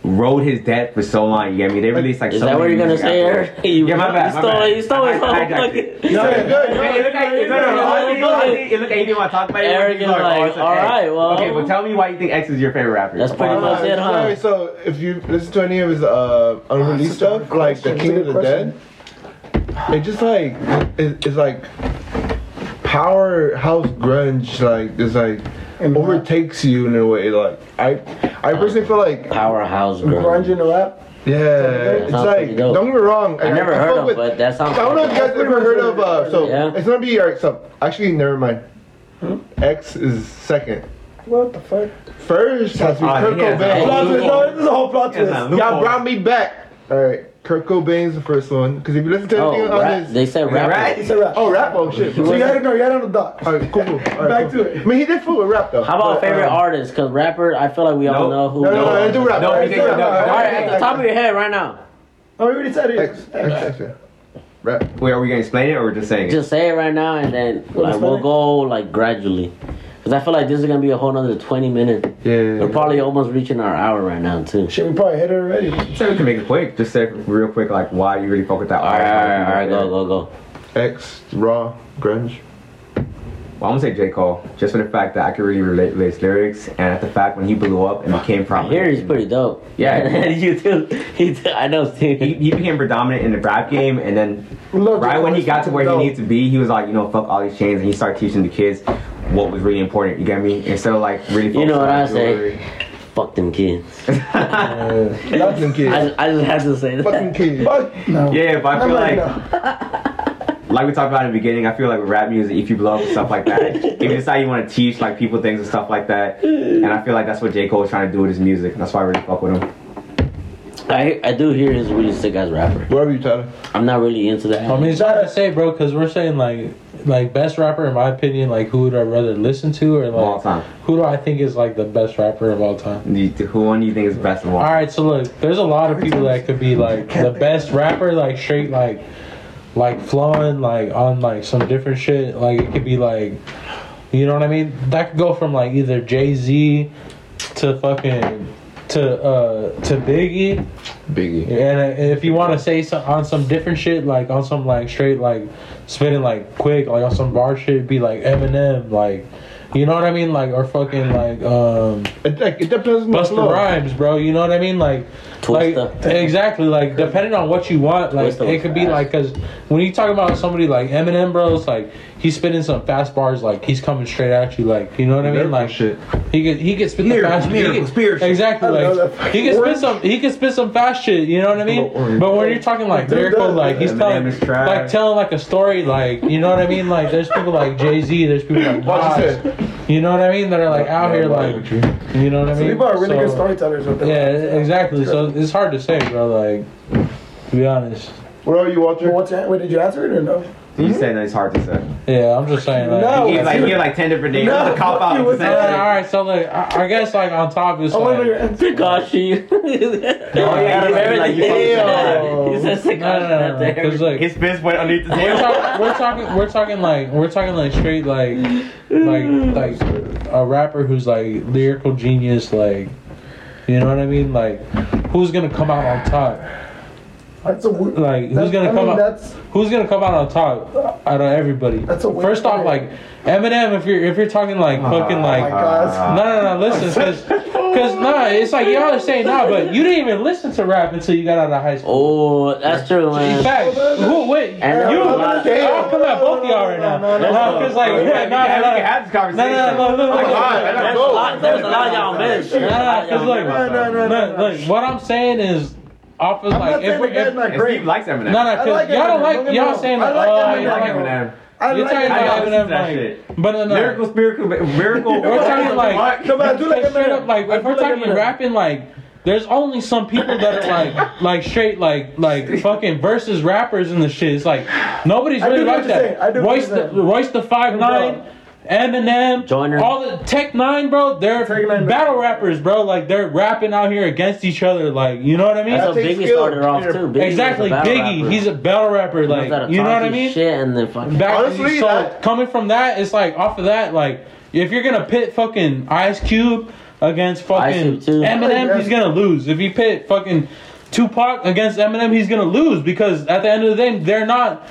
A: rode his death for so long. You get me? They released like.
B: Is
A: so
B: that what
A: many
B: you're gonna
A: music
B: say,
A: afterwards.
B: Eric? You-
A: yeah, my bad.
B: You
A: my
B: stole
A: bad.
B: it. You stole
A: I-
B: it.
A: I
B: Oh,
A: hijacked
B: fuck
A: it.
B: it.
A: You
D: No,
A: said it
D: you're good.
A: good. Man, you look at you. No, no, no. Honestly, honestly, you look at anything I talk about.
B: Eric
A: everyone's
B: is like,
A: oh,
B: all
A: it's
B: right, well.
A: Okay, but tell me why you think X is your favorite rapper.
B: That's pretty much it, huh?
F: so if you listen to any of his uh, unreleased
D: such a hard
F: stuff, like The
D: question.
F: King
D: It's
F: of
D: a
F: the
D: good
F: Dead, it just like it, it's like powerhouse grunge, like it's like
D: And
F: overtakes you in a way. Like I, I personally feel like
B: Powerhouse, bro.
D: Grunge in the rap.
F: yeah, it's
B: sounds
F: like
B: pretty dope.
F: don't get me wrong.
B: I never
F: I
B: heard
F: fuck
B: of,
F: with-
B: but that sounds.
F: I don't know if you guys ever heard of. Uh, so
B: Yeah.
F: it's gonna be alright. So actually, never mind.
D: Hmm?
F: X is second.
D: What the fuck?
F: First has to be
B: Ah,
A: Oh,
F: Kurt
A: yeah.
F: Cobain.
D: Plot twist. No, this is a whole plot
A: Oh. Yeah,
D: twist.
A: nah,
F: Y'all
A: loophole.
F: brought me back. All right, Kurt Cobain's the first one. Cause if you listen to anything
B: Oh,
F: on
B: rap,
F: this,
B: they said
A: All
B: rapper.
A: right.
D: It's a rap.
F: oh rap, oh shit.
D: So you had it. No, you had it on the
A: Oh,
D: dot.
F: All right, cool. cool. All right,
D: Back
F: cool.
D: to it.
F: I mean, he did fool with rap though.
B: How about
F: But,
B: favorite
F: um,
B: artists? Cause rapper, I feel like we all
A: Nope.
B: know who.
F: No, no, no,
B: knows.
F: no, do rap.
A: No,
F: All
A: we
F: right,
A: did-
F: do rap.
A: no,
F: All right,
A: no,
B: All right,
F: all
B: at the
F: right.
B: top of your head right now.
D: Oh, we already said it.
F: X, X, X, yeah. Rap.
A: Wait, are we gonna explain it or we're just saying it?
B: Just say it right now, and then like
D: is
B: we'll
D: that?
B: go like gradually. Cause I feel like this is gonna be a whole nother twenty minutes. We're
F: Yeah.
B: probably almost reaching our hour right now too.
D: Shit, we probably hit it already.
A: say we can make it quick. Just say real quick, like why you really fuck with that.
B: All right, all right, all right, go, go, go.
F: X, raw, grunge.
A: Well, I'm gonna say J Cole, just for the fact that I could really relate to his lyrics, and at the fact when he blew up and became
B: I hear he's
A: prominent.
B: pretty dope.
A: Yeah.
B: <laughs> you too. He too. I know Steve.
A: He, he became predominant in the rap game, and then
D: Look,
A: right when he got to where
D: no.
A: he needed to be, he was like, you know, fuck all these chains, and he started teaching the kids what was really important. You get me? Instead of like really,
B: You
A: focusing
B: know
A: on
B: what I say.
A: jewelry.
B: Fuck them kids. <laughs>
F: Not them kids.
B: I, I just have to say
F: Fucking
B: that.
F: kids.
D: But no.
A: Yeah, but I
D: I'm
A: feel
D: like,
A: like,
D: no.
A: <laughs> like we talked about in the beginning, I feel like with rap music, if you blow up and stuff like that, if you decide you want to teach like people things and stuff like that, and I feel like that's what J Cole is trying to do with his music, and that's why I really fuck with him.
B: I I do hear his really sick ass rapper.
F: Whatever you, Tyler.
B: I'm not really into that.
E: I mean, it's hard to say, bro, because we're saying like, like best rapper in my opinion. Like, who would I rather listen to, or
A: Of all
E: like,
A: time,
E: who do I think is like the best rapper of all time?
A: You- who one do you think is best of all?
E: All right, so look, there's a lot of people that could be like the best rapper, like straight, like, like flowing, like on like some different shit. Like it could be like, you know what I mean? That could go from like either Jay Z to fucking to uh to Biggie.
F: Biggie.
E: And if you want to say some, on some different shit, like on some like straight like spitting like quick, like on some bar shit, be like Eminem, like you know what I mean, like or fucking like um
F: It, like, it depends on the
E: Busta
F: flow.
E: Rhymes, bro. You know what I mean, like like
B: Twista.
E: exactly like depending on what you want, like
B: Twista was
E: it could be
B: fast.
E: like because when you talk about somebody like Eminem, bro, it's like he's spitting some fast bars, like he's coming straight at you, like you know what I mean,
F: Lyrical
E: like
F: shit.
E: he could he could spit
F: Lyrical,
E: the fast he
F: lyrical,
E: could-
F: spiritual.
E: Exactly.
F: I love
E: Like
F: that fucking
E: he could
F: word.
E: spit some he could spit some fast shit, you know what I mean?
F: Lord.
E: But when you're talking like
F: Dude,
E: lyrical,
F: that-
E: like he's
A: Eminem
E: telling
A: is trash.
E: like telling like a story, like you know what I mean? Like there's people like Jay Z, there's people like
F: Watch this.
E: Nas, you know what I mean? That are like out here like you know what I mean?
D: People are really
E: So-
D: good storytellers with them.
E: Yeah, exactly. So it's hard to say, bro. Like, to be honest.
F: Where are you, Walter?
D: Well, what's that? Wait, did you answer it or no?
A: You said that it's hard to say.
E: Yeah, I'm just saying. Like,
D: No.
A: You gave like you gave like ten different names.
D: No,
A: It was a cop
D: fuck you,
A: out.
D: it's
E: All right, all right, so like, I, I guess like on top is
D: I want to know your
E: like,
D: answer.
B: Takashi. <laughs>
A: Oh, yeah, you said, like, you
D: fucking-
B: He said Takashi
E: no, no, no,
B: out
E: no,
B: there.
E: 'cause, like
A: His fist went underneath the
E: we're,
A: table.
E: talk, we're talking, we're talking like, we're talking like straight like, like like a rapper who's like lyrical genius, like, you know what I mean? Like, who's gonna come out on top?
D: That's a weird.
E: Like, who's
D: that's-
E: gonna
D: I
E: come
D: mean,
E: out?
D: That's
E: Who's gonna come out on top out of everybody?
D: That's a weird
E: First off, like
D: point.
E: Eminem, if you're if you're talking like fucking
D: oh my
E: like uh,
D: god.
E: No, no, no. Listen,
D: <laughs>
E: because because nah, it's like y'all are saying nah, but you didn't even listen to rap until you got out of high school.
B: Oh, that's true,
E: In
B: man.
E: fact, who wait?
B: And
E: you?
B: I'm
E: I'll
B: not-
E: come at both of y'all right now. No, because like
A: We
E: yeah,
A: can
E: nah,
A: have we can
E: nah,
A: have this
E: nah,
A: conversation.
E: nah, nah, nah, nah,
F: my God, I gotta
B: There's a
F: go.
B: lot- There's a lot y'all missed. There's a lot
E: nah,
B: y'all
E: 'cause, like,
A: No, no, no,
E: look, look, what I'm saying is, off of
D: I'm not
E: like if
D: saying the
E: we're
D: guy's
E: if, no,
D: not
A: And Steve
D: great.
A: likes Eminem.
E: no,
D: I like
E: because y'all don't
D: Eminem, don't
E: like
D: get me
E: y'all
D: wrong.
E: saying
D: I
E: like
D: like
E: oh,
D: Eminem.
A: I
E: you
A: like
E: like
A: Eminem.
D: I
E: You're
D: like
E: talking
A: I
E: about
A: don't listen
E: Eminem,
A: to that
E: like,
A: shit.
E: but no, no,
A: Miracle, miracle, miracle.
E: We're talking like- <laughs>
A: What?
D: No, but I do like
E: Like, straight
D: Eminem.
E: up, like
D: I
E: if
D: do
E: we're
D: like
E: talking
D: Eminem.
E: rapping, like there's only some people that are
D: <laughs>
E: like like straight like like fucking versus rappers and the shit. It's like nobody's
D: I do
E: really
D: know what
E: like
D: you're
E: that.
D: saying. I do know what
E: Royce
D: you're
E: the
D: saying.
E: Royce the five nine. Eminem,
B: Joyner.
E: all the Tech Nine, bro, they're
D: Tech Nine, man.
E: battle rappers, bro. Like they're rapping out here against each other, like you know what I mean?
B: That's how
F: That takes
B: Biggie
F: skill.
B: started off too. Biggie was a
E: exactly,
B: battle
E: Biggie,
B: rapper.
E: he's a battle rapper, like
B: That
E: you know what I
B: Atari
E: mean?
B: Shit and then fucking.
E: Back
F: Honestly,
E: so
F: that-
E: coming from that, it's like off of that, like if you're gonna pit fucking Ice Cube against fucking
B: Cube, too.
E: Eminem, he's gonna lose. If you pit fucking Tupac against Eminem, he's gonna lose because at the end of the day, they're not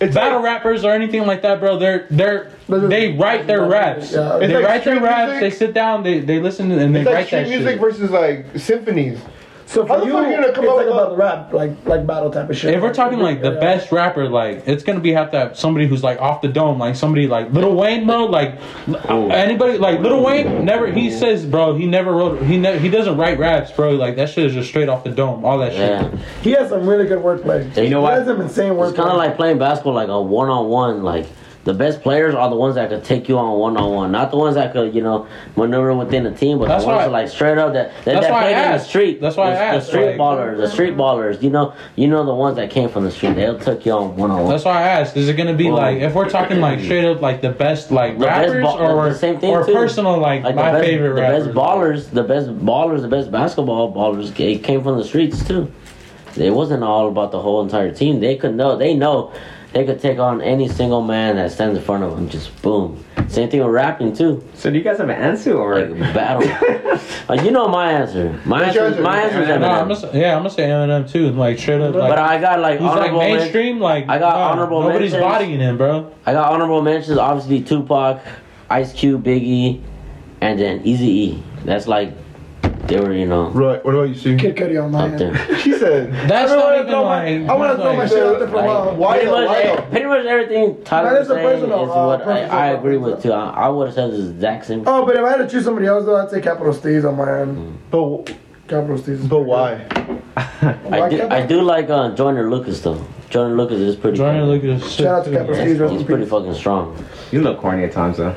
F: It's
E: battle
F: like-
E: rappers or anything like that, bro. They're they're
D: But it's-
E: they write their raps.
D: Yeah.
E: They
F: It's like
E: write their
F: street
E: raps.
F: music.
E: They sit down. They they listen and they
F: It's like
E: write
F: street
E: that
F: music
E: shit.
F: versus like symphonies.
D: So for
F: How the
D: you,
F: fuck you gonna come
D: it's
F: up
D: like
F: with
D: about
F: a-
D: rap, like like battle type of shit.
E: If we're talking like the
D: Yeah.
E: best rapper, like it's gonna be have to have somebody who's like off the dome, like somebody like Lil Wayne, bro. Like anybody, like Lil Wayne never. He says, bro, he never wrote. He ne- he doesn't write raps, bro. Like that shit is just straight off the dome. All that
B: Yeah.
E: shit.
D: he has some really good wordplay.
B: You know
D: He
B: what?
D: has some insane wordplay.
B: It's kind of like playing basketball, like a one on one. Like the best players are the ones that could take you on one on one, not the ones that could, you know, maneuver within the team, but
E: That's
B: the ones
E: why-
B: that like straight up that that,
E: that's
B: that
E: why I
B: played in the
E: asked.
B: street.
E: That's why I
B: the,
E: asked,
B: the street
E: like-
B: ballers, the street ballers. You know, you know the ones that came from the street. They'll took you on one on one.
E: That's why I asked. Is it gonna be
B: Well,
E: like if we're talking like straight up like the best like
B: best
E: rappers
B: ball-
E: or
B: the same thing,
E: or
B: too.
E: personal like,
B: Like
E: my
B: the best,
E: favorite
B: the
E: rappers?
B: best ballers, the best ballers, the best basketball ballers ca- came from the streets too. It wasn't all about the whole entire team. They could know. They know. They could take on any single man that stands in front of them. Just boom. Same thing with rapping too.
A: So do you guys have an answer or?
B: Like battle.
E: <laughs>
B: Uh, you know my answer. My
F: What's your
B: answer. My
F: answer?
B: answer is
E: No, I'm
B: Eminem.
E: gonna, say- yeah, I'm gonna say Eminem too. Like straight up, like,
B: But I got like
E: he's like
B: honorable. men-
E: mainstream. Like
B: I got
E: nah,
B: honorable
E: Nobody's
B: mentions.
E: bodying him, bro.
B: I got honorable mentions. Obviously Tupac, Ice Cube, Biggie, and then Easy E. That's like They were, you know,
F: Right. What do you, see?
D: Kid Cudi on my
B: up
D: end.
B: there.
F: She said,
E: That's
D: I
E: not
D: wanna
E: even
D: throw my-
E: like.
D: <laughs> I wanna
E: that's
D: throw my
E: like-
D: shit out there for a
B: Like,
D: while. eh?
F: Why
B: pretty,
F: though?
B: much,
F: Why
B: e-
F: though?
B: pretty much everything Tyler
D: That
B: was
D: is a
B: saying is
D: personal, uh,
B: what I,
D: personal,
B: I agree with too.
D: personal.
B: I, I would have said this exact same.
D: Oh, but if I had to choose somebody else, though, I'd say Capital Steez on my
B: Mm.
D: end.
F: but
D: Capital Steez.
F: but why?
B: I do, I do like uh, Joyner Lucas though. Joyner Lucas is pretty.
E: Jordan
B: fucking-
E: Lucas.
D: Shout out to Capital
B: yeah,
D: Steez. rest in
B: he's pretty
D: peace.
B: fucking strong.
A: You look corny at times though.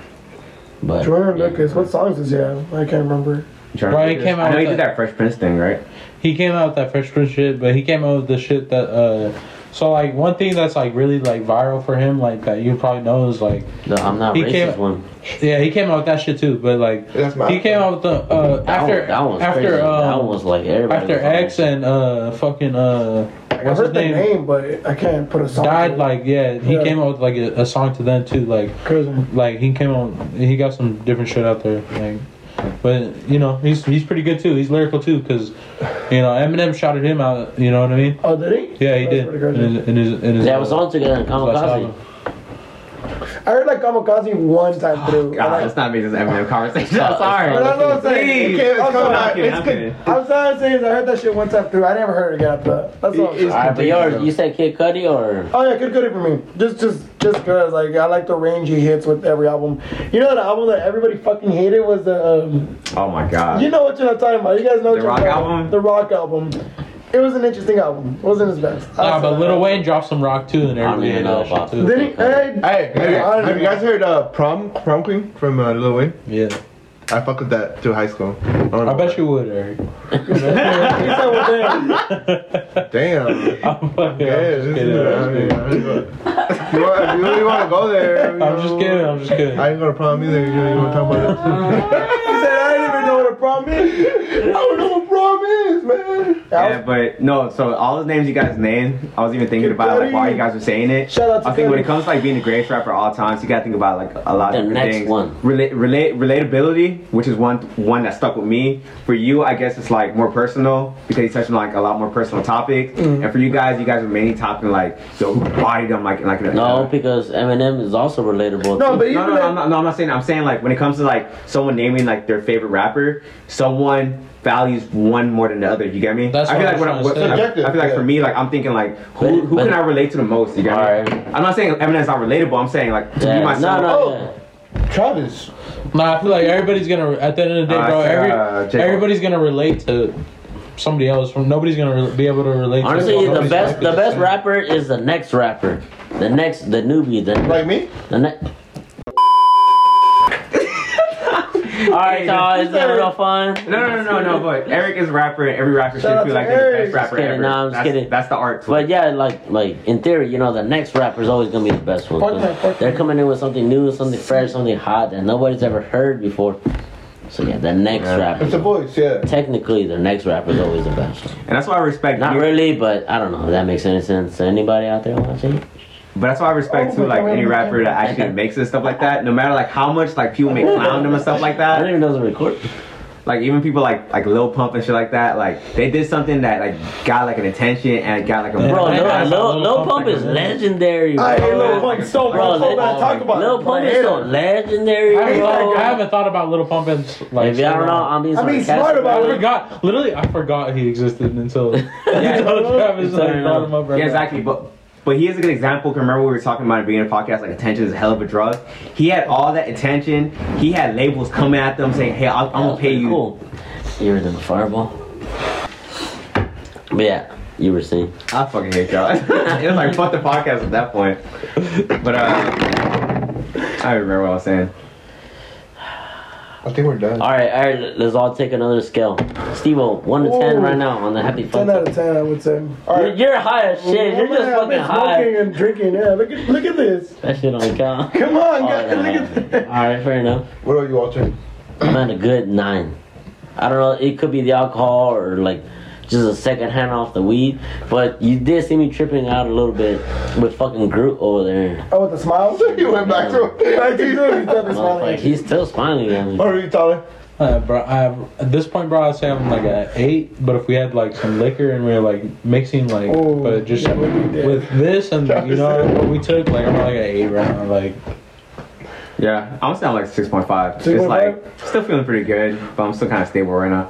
B: But
D: Jordan
B: yeah.
D: Lucas. What songs is he have? I can't remember.
A: Jordan
E: Right, it
A: Lucas.
E: came out
A: I know you
E: with
A: did that Fresh Prince thing, right?
E: he came out with that Fresh Prince shit, but he came out with the shit that uh so like one thing that's like really like viral for him, like that you probably know is like
B: The I'm not
E: He
B: racist
E: came-
B: one.
E: yeah, he came out with that shit too, but like
F: That's my-
E: he came out with the uh
B: That
E: after
B: one, that one's
E: after
B: crazy.
E: um
B: that one was like everybody.
E: after
B: was on
E: X
B: that
E: and uh fucking uh
D: I
E: what's his
D: heard the
E: name?
D: name, but I can't put a song.
E: died like yeah, he
D: Yeah.
E: came out with like a, a song to them too, like
D: Crazy.
E: like he came out he got some different shit out there like but you know he's he's pretty good too he's lyrical too because you know Eminem shouted him out you know what I mean
D: Oh, did he?
E: Yeah, he
D: That's
E: did.
D: pretty crazy.
E: In his, in his, in his, uh,
B: shit. That was on together in Kamikaze.
D: I heard like Kamikaze one
B: Oh,
D: time through.
A: God,
D: and I-
A: let's not make this Eminem conversation. I'm
B: not-
A: sorry.
B: it's
D: But that's what I'm saying.
A: Please.
D: Okay,
A: I'm
D: I'm
A: kidding,
D: sorry.
A: I'm kidding,
D: It's
A: I'm
D: good.
A: kidding.
D: I'm sorry, I'm saying I heard that shit one time through. I never heard it again after that. That's all. I'm saying.
B: Alright, but yours, you said Kid Cudi or
D: Oh yeah, good, good for me. Just, just, just cause like I like the range he hits with every album. You know that album that everybody fucking hated was the. Um,
A: Oh my god.
D: you know what you're not talking about. You guys know what
A: The
D: you're
A: Rock
D: talking about.
A: album?
D: The rock album. It was an interesting album. It wasn't his best.
E: Nah,
D: I'll say
E: but
D: that.
E: Lil Wayne dropped some rock too and
B: I don't
E: everything.
B: even know
E: and that
B: about
E: shit,
D: Then he, hey,
F: Hey, have, you-
D: I don't
F: have you
D: know.
F: guys heard uh, prom prom queen from uh, Lil Wayne?
E: Yeah,
F: I fuck with that through high school. don't
E: I
F: know.
E: bet you would,
D: <laughs>
E: Eric. <laughs>
D: he said, well, damn.
F: <laughs> Damn.
E: I'm fucking.
F: Yeah,
E: I'm just
F: this
E: kidding.
F: is- I
E: I'm
F: mean,
E: just
F: I don't know. <laughs> you, want, if you really want to go there?
E: kidding.
F: you
E: I'm just
F: know,
E: kidding. I'm just kidding.
F: I ain't gonna prom either. You, know, you want to talk about it?
D: He said, I didn't even know what a prom is.
F: <laughs> I don't know what prom is, man.
A: Yeah, but no. So all the names you guys named, I was even thinking about like why you guys were saying it.
D: Shout out to
A: I think when
D: Cuddy.
A: it comes to like being the greatest rapper of all time, so you gotta think about like a lot
B: The
A: of different
B: next
A: things.
B: one.
A: Relate, relate, relatability, which is one one that stuck with me. For you, I guess it's like more personal because you touched on like a lot more personal topics.
D: Mm-hmm.
A: And for you guys, you guys are mainly talking like yo, who bodied them like in, like in a-
B: no? Because Eminem is also relatable.
D: No,
B: too.
D: but he
A: no, no,
D: really-
A: no, I'm not, no, I'm not saying. I'm saying like when it comes to like someone naming like their favorite rapper, someone values one more than the other. You get me?
E: That's
A: I feel
E: what
A: like when
E: I'm
A: I,
E: trying to
A: when-
E: say.
A: I, I feel like for me, like I'm thinking like who
B: But-
A: who
B: but-
A: can I relate to the most? You get me?
B: Alright.
A: I'm not saying Eminem's not relatable. I'm saying like to
B: Yeah,
A: you
B: no,
A: myself.
B: no,
F: Oh.
B: yeah.
F: Travis.
E: Nah, I feel like everybody's gonna at the end of the day,
A: Uh,
E: bro.
A: it's,
E: Every,
A: uh, J. Cole.
E: everybody's gonna relate to somebody else. From nobody's gonna re- be able to relate.
B: Honestly,
E: to
B: the
E: somebody.
B: best the best rapper is the next rapper, the next the newbie, the
F: Like me?
B: the next. All right, y'all, it's been real fun.
A: No, no, no, no, no, but Eric is a rapper, and every rapper
D: Shout out
A: should feel
D: to
A: like they're the
D: Eric.
A: best rapper
B: kidding,
A: ever.
B: no, I'm just
A: that's,
B: kidding.
A: That's the art. to it.
B: But yeah, like like in theory, you know, the next rapper is always gonna be the best one. 'cause
D: Fuck that, fuck
B: They're
D: that.
B: coming in with something new, something fresh, something hot that nobody's ever heard before. So yeah, the next
F: It's the
B: rapper.
F: voice, yeah.
B: Technically, the next rapper is always the best. one.
A: and that's why I respect.
B: Not
A: you-
B: really, but I don't know if that makes any sense to anybody out there watching.
A: But that's why I respect
D: Oh
A: too,
D: my
A: like
D: God,
A: any
D: I'm
A: rapper that actually makes it and stuff like that. No matter like how much like people may clown them and stuff like
B: I
A: that.
B: don't even know the record.
A: like even people like like Lil Pump and shit like that, like they did something that like got like an attention and got like a
B: Bro,
E: Yeah, I
B: Lil,
E: know.
B: Lil, Lil Pump is legendary. Bro.
D: I hate Lil Pump so much.
B: Bro,
D: so
B: let-
D: bad. Talk about
B: Lil
D: it.
B: Pump
D: I
B: is
D: hate
B: so
D: him.
B: legendary,
E: I haven't,
B: bro.
E: thought, I haven't thought about Little Pump and like.
B: If y'all don't know, I'm being
D: I mean,
B: sarcastic.
D: smart about
E: I
D: it.
E: forgot. Literally, I forgot he existed
B: <laughs>
E: until until Travis like, brought him up. Right
A: yeah, exactly. But but he is a good example. 'cause Remember we were talking about it being a podcast. Like attention is a hell of a drug. He had all that attention. He had labels coming at them saying, "Hey, I'll, I'm
B: That
A: gonna
B: was
A: pay
B: pretty
A: you."
B: Cool. You were doing fireball. But yeah, you were saying.
A: I fucking hate y'all. <laughs> it was like fuck the podcast at that point. But uh, I remember what I was saying.
F: I think we're done.
B: All right, all right. Let's all take another scale. Steve-O, one to ten
D: Ooh.
B: right now on the happy
D: Ten
B: fun.
D: out of ten, I would say.
B: You're, you're high as shit. You're
D: Woman,
B: just
D: I've
B: fucking
D: been
B: high.
D: Smoking and drinking. Yeah, look at look at this.
B: That shit don't
D: <laughs>
B: count.
D: Come on,
E: Oh,
B: All
D: guys, look
B: right,
D: at
B: all right, fair enough.
F: What are you, Walter?
B: I'm at a good nine. I don't know. It could be the alcohol or like just a second hand off the weed. But you did see me tripping out a little bit with fucking Groot over there.
D: Oh, with the <laughs> smile.
F: <laughs> You went back to
D: Like, he's literally definitely
B: Motherfucker,
D: smiling.
B: he's still smiling at me.
F: What are you, Tyler?
E: Uh, bro, I have, at this point, bro, I'd say I'm like an eight. But if we had like some liquor and we were like mixing, like,
D: Oh,
E: but just
D: yeah, we'd be dead.
E: with this and you know what we took, like I'm like an eight right now. Like,
A: Yeah, I'm still like 6.5. It's
D: 6.5?
A: like still feeling pretty good, but I'm still kind of stable right now.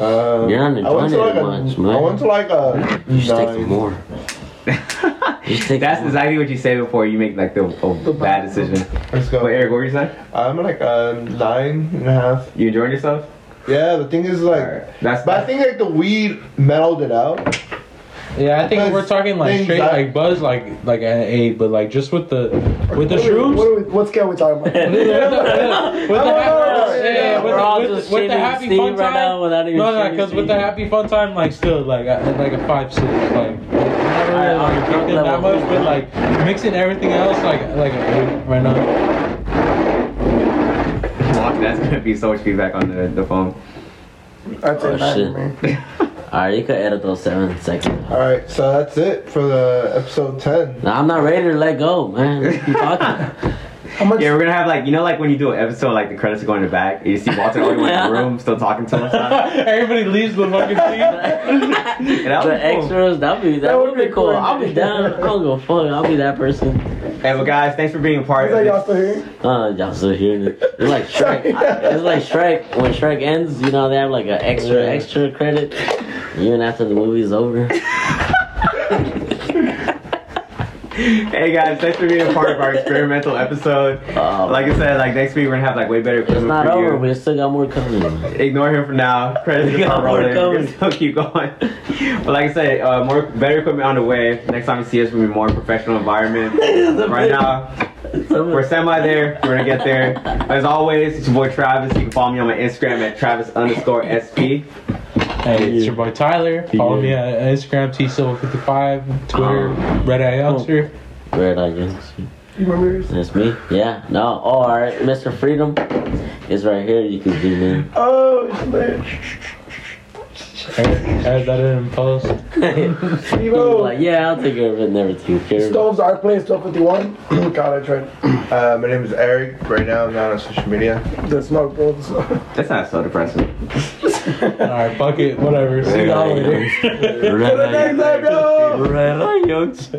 F: Uh,
B: You're not
F: I went
B: enjoying
F: to
B: it
F: like
B: much,
F: a,
B: man.
F: I went to like a
B: You should take
F: nine.
B: some more. you
A: <laughs>
B: should take
A: That's
B: some more.
A: exactly what you say before you make like the a bad decision.
F: Let's
A: But
F: go.
A: Eric, what were you saying?
F: I'm like a nine and a half.
A: You enjoying yourself?
F: Yeah, the thing is like,
A: Alright. That's
F: but I think like the weed mellowed it out.
E: Yeah, I think
F: Because
E: we're talking like
F: things
E: straight
F: that-
E: like buzz like like an eight, but like just with the with the
D: What are we- What,
E: shrooms.
D: are we, what scale are we talking <laughs> about?
E: <laughs> With the with the
F: no, no,
E: happy-
F: yeah,
E: yeah,
F: we're
E: with
B: all
E: the- with
B: just
E: the- with the
B: shitting
E: happy
B: Steve
E: fun
B: right now without
E: time.
B: even
E: No, no,
B: shitting
E: because with the
B: Steve.
E: happy fun time, like still like I- like a five six, like not really
B: on
E: like
B: the
E: drinking
B: level.
E: that much, but like mixing everything else, like like an eight right now. <laughs>
A: Fuck, that's gonna be so much feedback on the, the <laughs> phone.
D: I'd say
B: Oh,
D: nine
B: shit.
D: for me.
B: Alright, you could edit those seven seconds.
F: All right, so that's it for the episode ten.
B: Nah, I'm not ready to let go, man. Let's keep talking.
D: How much?
A: Yeah, we're gonna have like you know like when you do an episode like the credits are going to back and you see Walter only in the
B: <laughs>
A: room still talking to himself.
E: Everybody leaves the fucking seat. <laughs>
A: And <laughs> that
B: the
A: was cool.
B: extras, that'd be that, would be cool. I'll be down. I don't give a fuck. I'll be that person.
A: Hey, but guys, thanks for being a part of
D: Is that y'all
A: this.
D: still here? <laughs>
B: Uh, y'all still hearing it? It's like Shrek. It's like Shrek. When Shrek ends, you know they have like an extra extra credit. Even after the movie's over.
A: Hey guys, thanks for being a part of our experimental episode.
B: Oh,
A: <laughs> Like I said, like next week we're gonna have like way better
B: it's
A: equipment
B: not
A: for
B: over.
A: you.
B: We still got more coming. man.
A: Ignore him for
B: <laughs>
A: now. Credits
B: We
A: are
B: got more
A: rolling. We're
B: coming.
A: gonna still <laughs> keep going. But like I said, uh, more better equipment on the way. Next time you see us, we'll be more professional
B: <laughs>
A: environment. right now, <laughs> We're semi there. We're gonna get there. As always, it's your boy Travis. You can follow me on my Instagram at Travis underscore SP.
E: Hey, it's your boy Tyler. Follow me on Instagram, tsilva55, <gasps> Twitter, Red Eye Elster.
B: Red Eye Gangster.
D: You remember yours?
B: That's me. Yeah. No. Oh, all right. Mr. Freedom is right here. You can zoom in.
D: Oh, shit.
E: Add add that in post.
D: Steve
B: Like, yeah, I'll take care of it. Never take care of it.
D: Stoves are playing twelve fifty one. <clears throat> God, I tried
F: Uh, my name is Eric. Right now, I'm not on social media.
D: the smoke, bro. So.
A: That's not so depressing.
B: <laughs>
E: Alright, fuck it, whatever. See y'all later.
B: Red Eye
D: Thanks, yo.
B: Red Eye Gangster.